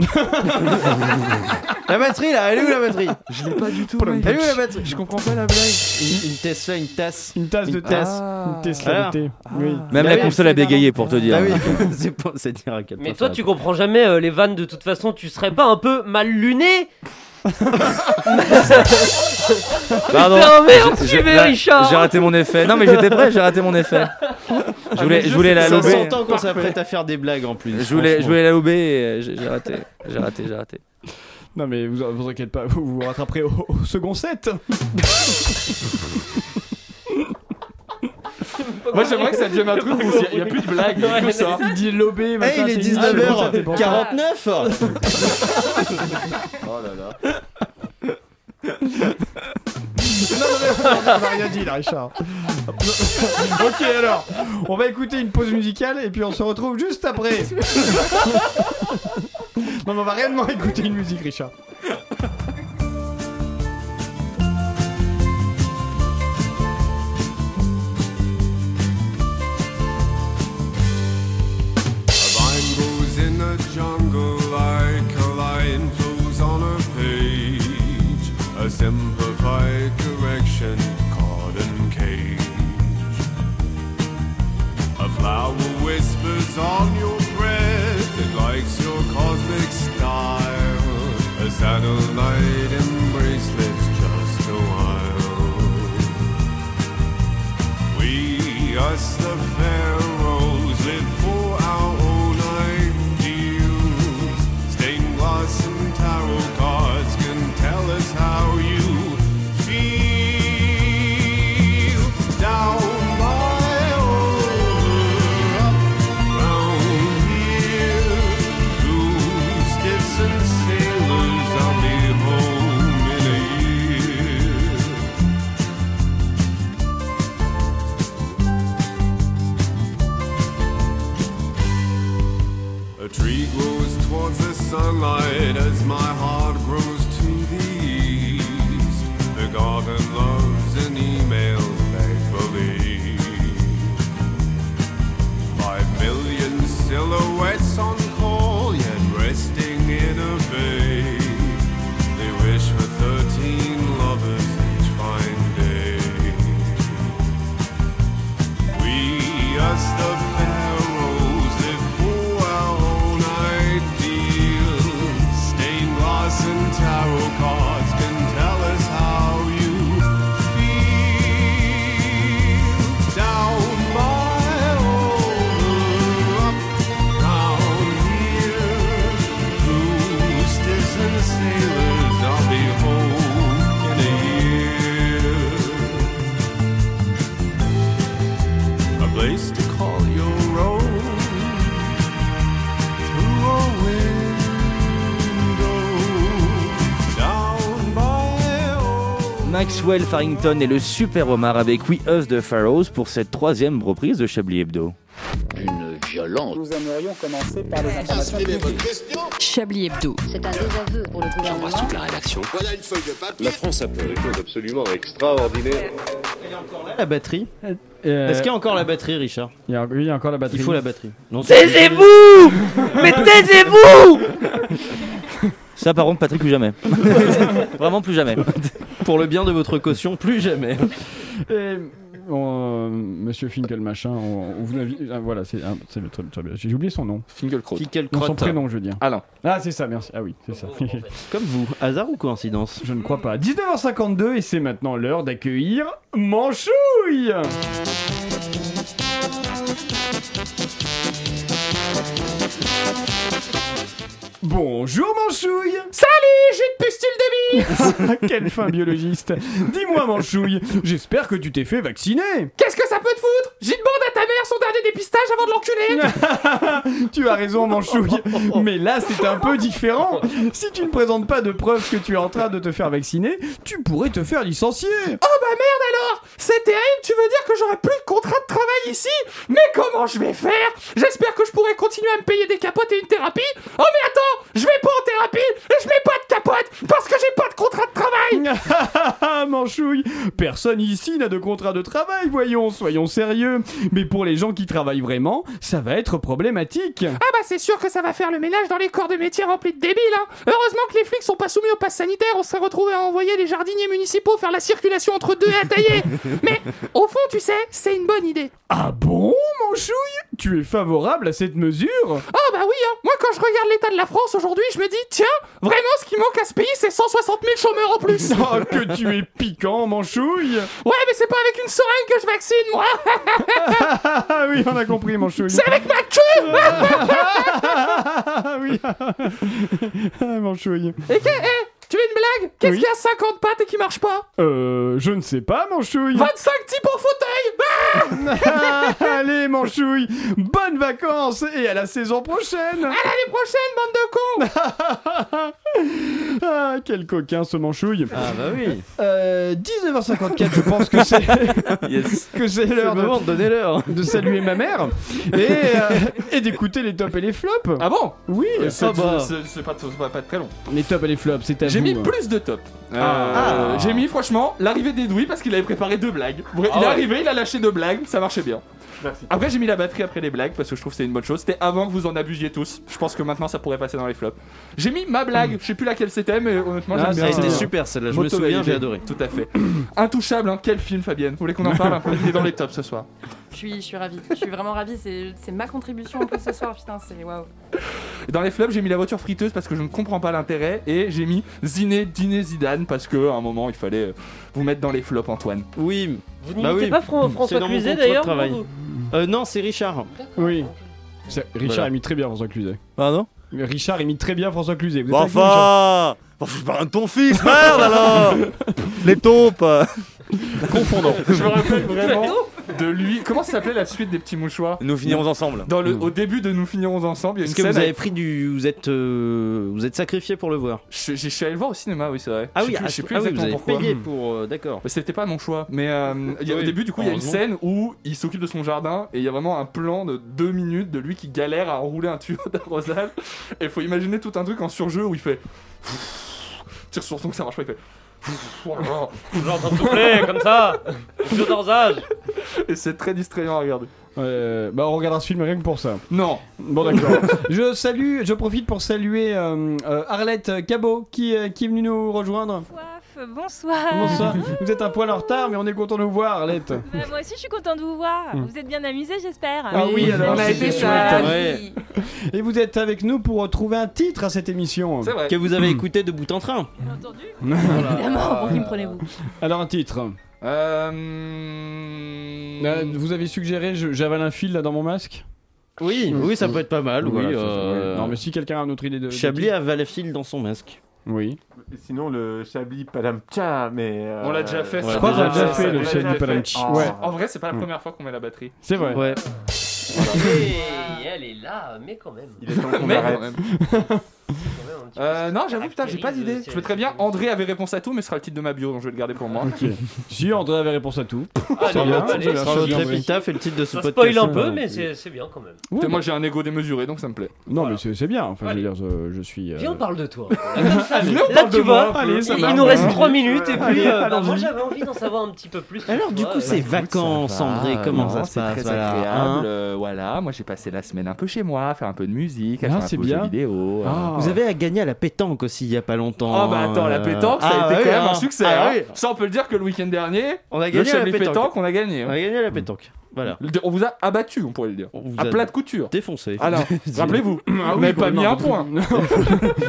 E: La batterie là, elle est où la batterie
C: Je l'ai pas du tout.
E: Elle est où la batterie
C: Je comprends pas la blague.
E: Une, une Tesla, une tasse.
A: Une tasse
E: de
A: tasse.
C: Ah.
A: Une Tesla de thé. Oui.
K: Même
E: Ah
K: la
E: oui,
K: console a
B: hein.
K: bégayé pour te dire.
E: Ah oui, *laughs*
A: *laughs*
E: c'est pour- c'est dire à quel
S: Mais
E: point
S: toi
E: ça-
S: tu comprends jamais euh, les vannes de toute façon, tu serais pas un peu mal
E: *laughs*
S: luné Putain, merde,
K: j'ai-
S: tu
K: j'ai-
S: mets,
K: là,
S: Richard.
K: J'ai raté mon effet. Non, mais j'étais prêt, j'ai raté mon effet.
C: Ah,
K: Je voulais, je voulais la
E: Ça
K: lober.
E: s'entend qu'on s'apprête à faire des blagues en plus.
K: Je voulais, je
E: franchement.
K: voulais la lober et euh, j'ai j'ai raté. J'ai raté, j'ai raté.
A: Non mais vous vous inquiétez pas, vous vous rattraperez au, au second set.
C: *laughs* Moi j'aimerais que ça devienne un truc où il n'y a, plus de blagues,
A: Ouais,
C: tout
A: mais
C: ça.
A: Il dit lobé,
E: Eh, il est 19h49
C: Oh là là.
A: *laughs* Non, non, mais on n'a rien dit là, Richard. Non. ok, alors, on va écouter une pause musicale et puis on se retrouve juste après. non, mais on va réellement écouter une musique, Richard.
T: A vine grows in the jungle. I sunlight as my heart grows to the east. Forgotten loves and emails thankfully. Five million silhouettes on call, yet resting in a bay. They wish for thirteen lovers each fine day. We as the pharaohs live for our own ideal. Stained glass and tarot cards can tell us how you feel. Down by over, up, down here. Roosters and sailors, I'll be home in a year. a place to call your own. Through a window, down by
K: Maxwell Farrington et le Super Omar avec We Us the Pharaohs pour cette troisième reprise de Chablis Hebdo. Une violence.
H: Nous aimerions commencer par les informations publiques.
I: Chablis Hebdo.
H: C'est un désaveu pour le gouvernement.
I: toute la rédaction.
H: Voilà une feuille de papier.
G: La France a fait des choses absolument extraordinaires.
E: La batterie Est-ce qu'il y a encore la batterie, Richard
A: Il y a, oui, il y a encore la batterie.
E: Il faut la batterie. Non, c'est-
B: Taisez-vous Mais
E: *laughs*
B: taisez-vous
K: Ça, par contre, Patrick, plus jamais. Vraiment plus jamais.
E: Pour le bien de votre caution, plus jamais. *laughs*
A: Et, euh, Monsieur Finkel machin, on, on vous invite- ah, voilà, c'est ah, c'est très- très bien. J'ai oublié son nom.
C: Finkelkraut.
A: Non, Son prénom, je veux dire.
C: Alain.
A: Ah, c'est ça, merci. Ah oui, c'est ça. *laughs*
E: Comme vous, hasard ou coïncidence
A: Je ne crois pas. 19h52 et c'est maintenant l'heure d'accueillir Manchouille Bonjour Manchouille
E: *laughs*
A: Salut, j'ai une pustule de bite *laughs* Quelle fin biologiste Dis-moi Manchouille, j'espère que tu t'es fait vacciner
U: Qu'est-ce que ça peut te foutre J'y demande à ta mère son dernier dépistage avant de
E: *laughs*
U: l'enculer
A: *laughs* Tu as raison, Manchouille. Mais là, c'est un peu différent. Si tu ne présentes pas de preuves que tu es en train de te faire vacciner, tu pourrais te faire licencier.
U: Oh bah merde alors C'est terrible,
A: *laughs*
U: tu veux dire que j'aurai plus de contrat de travail ici Mais comment je vais faire J'espère que je pourrai continuer à me payer des capotes et une thérapie Oh mais attends Je vais pas en thérapie et je mets pas de capote Parce que j'ai pas de contrat de
E: *laughs*
U: travail
A: Ah, Manchouille, personne ici n'a de contrat de travail, voyons, soyons sérieux. Mais pour les gens qui travaillent vraiment, ça va être problématique.
U: Ah bah c'est sûr que ça va faire le ménage dans les corps de métier remplis de débiles hein. Heureusement que les flics sont pas soumis au pass sanitaire, on serait retrouvés à envoyer les jardiniers municipaux faire la circulation entre deux et à
A: *laughs*
U: tailler Mais au fond tu sais, c'est une bonne idée
A: Ah bon, Manchouille Tu es favorable à cette mesure
U: *laughs* Ah bah oui, hein. moi quand je regarde l'état de la France aujourd'hui, je me dis, tiens, vraiment ce qui manque à ce pays, c'est 160 000 chômeurs en plus
A: *laughs* Oh, que tu es piquant, Manchouille
U: Ouais, mais c'est pas avec une seringue que je vaccine, moi
A: Ah *laughs* oui, on a compris, Manchouille.
U: C'est avec ma queue
A: Ah *laughs* oui
U: *laughs*
A: Ah, Manchouille.
U: Et que, eh, tu veux une blague Qu'est-ce qu'il y a 50 pattes et qui marche pas
A: Euh, je ne sais pas, Manchouille
U: 25 types en fauteuil Ah
A: *laughs* Allez, Manchouille, bonnes vacances et à la saison prochaine
U: À l'année prochaine, bande de cons
A: *laughs* Ah, quel coquin ce manchouille
E: Ah bah oui.
A: Euh, 19h54, je pense que c'est que c'est l'heure
E: le moment de donner l'heure.
A: de saluer ma mère et, euh, et d'écouter les tops et les flops.
C: Ah bon
A: Oui,
C: Euh,
A: ça
C: C'est
A: va.
C: c'est- c'est pas, c'est pas- pas très long.
A: Les tops et les flops, c'est à
C: J'ai
A: vous,
C: mis
A: hein.
C: plus de top. Euh,
A: Ah.
C: J'ai mis franchement l'arrivée d'Edoui parce qu'il avait préparé deux blagues. Vra-
A: Ah
C: il est
A: ouais.
C: arrivé, il a lâché deux blagues, ça marchait bien. *laughs*
J: Merci.
C: Après j'ai mis la batterie après les blagues parce que je trouve que c'est une bonne chose. C'était avant que vous en abusiez tous. Je pense que maintenant ça pourrait passer dans les flops. J'ai mis ma blague, je sais plus laquelle c'était mais honnêtement
E: Ah,
C: j'aime
E: ça a
C: bien.
E: été super, celle-là, je me
C: Moto
E: souviens, j'ai
C: validé.
E: adoré.
C: Tout à fait. *clears throat* Intouchable, hein. quel film Fabienne Vous voulez qu'on en parle Il est dans les tops ce soir.
L: Je suis, je suis ravie, je suis vraiment ravie, c'est c'est ma contribution en plus ce soir, putain, c'est waouh.
C: Dans les flops, j'ai mis la voiture friteuse parce que je ne comprends pas l'intérêt et j'ai mis Ziné, Diné, Zidane parce que à un moment il fallait euh, vous mettre dans les flops, Antoine.
E: Oui. Vous
S: n'imitez pas Fran- François
E: C'est dans mon
S: Cluzet,
E: contrat de
S: d'ailleurs,
E: travail.
S: vous
E: Euh, Non, c'est Richard.
A: Oui. C'est- Richard
E: Voilà.
A: imite très bien François Cluzet.
K: Pardon
A: Richard imite très bien François Cluzet. Vous êtes
K: Bon,
A: avec nous,
K: enfin
A: Richard
K: Bon, Je parle de ton fils,
E: *laughs*
A: *laughs*
K: merde alors Les taupes
A: Confondant.
K: *laughs*
C: Je me rappelle
A: vraiment
C: de lui. Comment ça s'appelait la suite des petits mouchoirs
E: Nous finirons ensemble.
C: Dans le, au début de Nous finirons ensemble, il y a une
E: Parce que vous
C: scène
E: avez
C: avec-
E: pris du. Vous êtes, euh, vous êtes sacrifié pour le voir.
C: Je, je suis allé le voir au cinéma, oui, c'est vrai.
E: Ah
C: Je sais
E: oui,
C: plus-
E: ah,
C: je sais plus
E: ah oui, vous
C: exactement
E: avez
C: pourquoi.
E: payé pour. euh, D'accord.
C: Mais C'était pas mon choix, mais euh, il y a- au
E: Oui,
C: début du coup il y a une
E: heureusement.
C: scène où il s'occupe de son jardin et il y a vraiment un plan de deux minutes de lui qui galère à enrouler un tuyau *laughs* d'arrosage et faut imaginer tout un truc en surjeu où il fait *laughs* tire sur son que ça marche pas il fait *laughs* Genre
S: en train de souffler, comme ça, tuyau d'arrosage.
C: et c'est très distrayant à regarder.
A: Euh, bah on regardera ce film rien que pour ça.
C: Non.
A: Bon
C: *laughs*
A: d'accord. je salue, je profite pour saluer euh, euh, Arlette Cabot qui, euh, qui est venue nous rejoindre.
M: Bonsoir.
A: Bonsoir. Vous êtes un poil en retard mais on est content de vous voir Arlette.
M: Bah, moi aussi, je suis contente de vous voir.
A: Mm.
M: Vous êtes bien amusés, j'espère.
A: Ah oui,
S: *laughs*
A: alors
M: On a
A: c'est
M: été
A: chouette.
M: sages.
A: Ouais. Et vous êtes avec nous pour euh, trouver un titre à cette émission.
E: C'est vrai. Que vous avez écouté de bout en train.
M: Bien entendu.
A: Voilà.
M: Évidemment, pour qui me prenez-vous
A: *laughs* Alors un titre. Euh, vous avez suggéré je- j'avale un fil là dans mon masque.
E: Oui, oui, ça peut être pas mal.
A: Voilà,
E: oui.
A: ça, ça,
E: euh,
A: oui. Non mais si quelqu'un a une autre idée de.
E: Chablis a Valafil dans son masque.
A: Oui.
J: Sinon, le Chablis Palamcha, mais. euh,
C: On l'a déjà fait.
A: Je
C: ça.
A: crois qu'on l'a déjà
C: Ah, ça,
A: fait, le
C: on l'a
A: Chablis
C: déjà fait.
A: Palamchi.
C: En-
A: Ouais.
C: En vrai c'est pas la
A: Mm.
C: première fois qu'on met la batterie.
A: C'est vrai.
C: *laughs*
E: Ouais.
S: Et elle est là, mais quand même.
C: Il est temps qu'on Mais arrête. quand même. *laughs* Euh, non, j'avoue, putain, j'ai pas d'idée. Je mettrais bien André avait réponse à tout, mais ce sera le titre de ma bio, donc je vais le garder pour moi.
A: Si André avait réponse à tout.
C: Ah,
A: C'est
C: non,
A: bien,
C: bah,
A: c'est
C: allez,
A: bien,
C: ça
A: c'est
C: sera
A: bien,
C: notre
A: oui.
C: épitaphe et le titre de ce
S: Ça
C: podcast.
S: spoil un peu,
A: Ouais.
S: mais c'est c'est bien quand même.
A: Ouais,
C: Putain,
A: bah-
C: Moi j'ai un ego démesuré, donc ça me plaît.
A: Non mais c'est c'est bien. Enfin je veux dire je, je suis. euh,
S: Viens, on parle de
A: *laughs*
S: toi.
A: Viens, on
S: Là,
A: parle de
S: tu vois,
A: moi, allez, ça
S: il,
A: marche.
S: il nous reste
A: Ouais.
S: 3 minutes et
A: Ouais.
S: puis.
A: Allez,
S: euh, bah, moi,
A: allons-y.
S: j'avais envie d'en savoir un petit peu plus. sur
E: Alors, du
S: toi,
E: coup,
S: euh,
E: c'est vacances, André. Comment ça se
C: c'est
E: passe
C: très
E: voilà,
C: agréable.
E: hein
C: euh, voilà, moi j'ai passé la semaine un peu chez moi, à faire un peu de musique, à
E: Ah,
C: faire un
E: c'est
C: peu de
E: bien.
C: jeux vidéo. euh.
A: Ah.
E: Vous avez à gagner à la pétanque aussi il y a pas longtemps.
C: Ah bah attends, la
E: euh.
C: pétanque, ça
E: Ah,
C: a été
E: oui,
C: quand même
E: hein.
C: un succès.
E: Ah
C: hein.
E: oui.
C: Ça, on peut le dire que le week-end dernier,
E: On a
C: le
E: gagné à la
C: Chablis
E: pétanque.
C: on a gagné.
E: On a gagné à la pétanque. Voilà.
C: Le- On vous a abattu, on pourrait le dire.
E: vous
C: à
E: a
C: plat de couture.
E: Défoncé. *laughs*
C: Alors, rappelez-vous,
A: Ah
C: vous
A: oui,
C: n'avez pas mis
A: non,
C: un
A: non, *laughs*
C: point.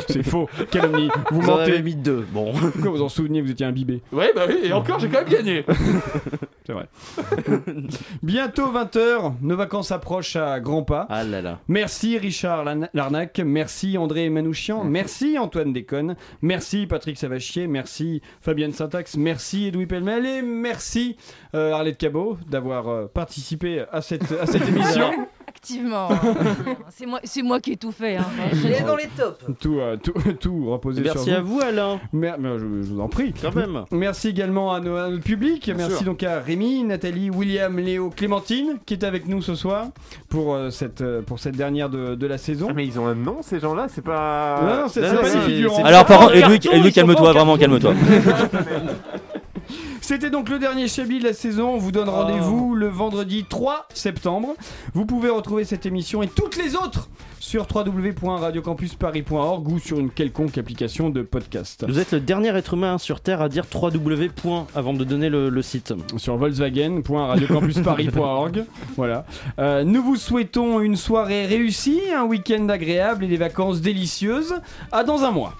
A: C'est faux. Calomnie. Vous,
E: Vous en
A: mentez.
E: avez mis deux. Bon.
A: Pourquoi vous en souvenez Vous étiez imbibé.
C: Ouais, bah oui, et encore, j'ai quand même gagné.
A: *laughs* C'est vrai. *laughs* Bientôt 20h, nos vacances approchent à grands pas.
E: Ah là là.
A: Merci Richard Lan- Larnac, merci André
E: *laughs*
A: Manouchian, merci Antoine Déconne, merci Patrick Savachier, merci Fabienne Syntax, merci Edoui Pellemel et merci euh, Arlette Cabot d'avoir euh, participé à cette,
C: *laughs*
A: à cette émission. *laughs*
M: Activement. c'est moi, c'est moi qui ai tout fait. Hein.
S: Elle est dans les tops.
A: Tout, euh,
E: *laughs*
A: tout, tout reposé
E: Merci
A: sur
E: à vous, Alain.
A: Mer- mais je, je vous en prie.
E: Quand même.
A: Mmh. Merci également à, nos- à notre public. Merci
E: sûr.
A: donc à Rémi, Nathalie, William, Léo, Clémentine qui est avec nous ce soir pour, euh, cette, euh, pour cette dernière de, de la saison. mais
J: Ah, ils ont un nom ces gens-là, c'est pas.
A: Non, non, c'est c'est pas des figurants.
K: Alors, par contre,
A: Regarde,
K: Edwig,
A: tous,
K: Edwig,
A: ils sont pas
K: calme-toi,
A: en
K: vraiment,
A: carton.
K: calme-toi.
A: *laughs* C'était donc le dernier Chablis de la saison. On vous donne rendez-vous le vendredi 3 septembre. Vous pouvez retrouver cette émission et toutes les autres sur www.radiocampusparis.org ou sur une quelconque application de podcast.
E: Vous êtes le dernier être humain sur Terre à dire www. point avant de donner le, le site.
A: Sur volkswagen.radiocampusparis.org. voilà. Euh, nous vous souhaitons une soirée réussie, un week-end agréable et des vacances délicieuses. À dans un mois.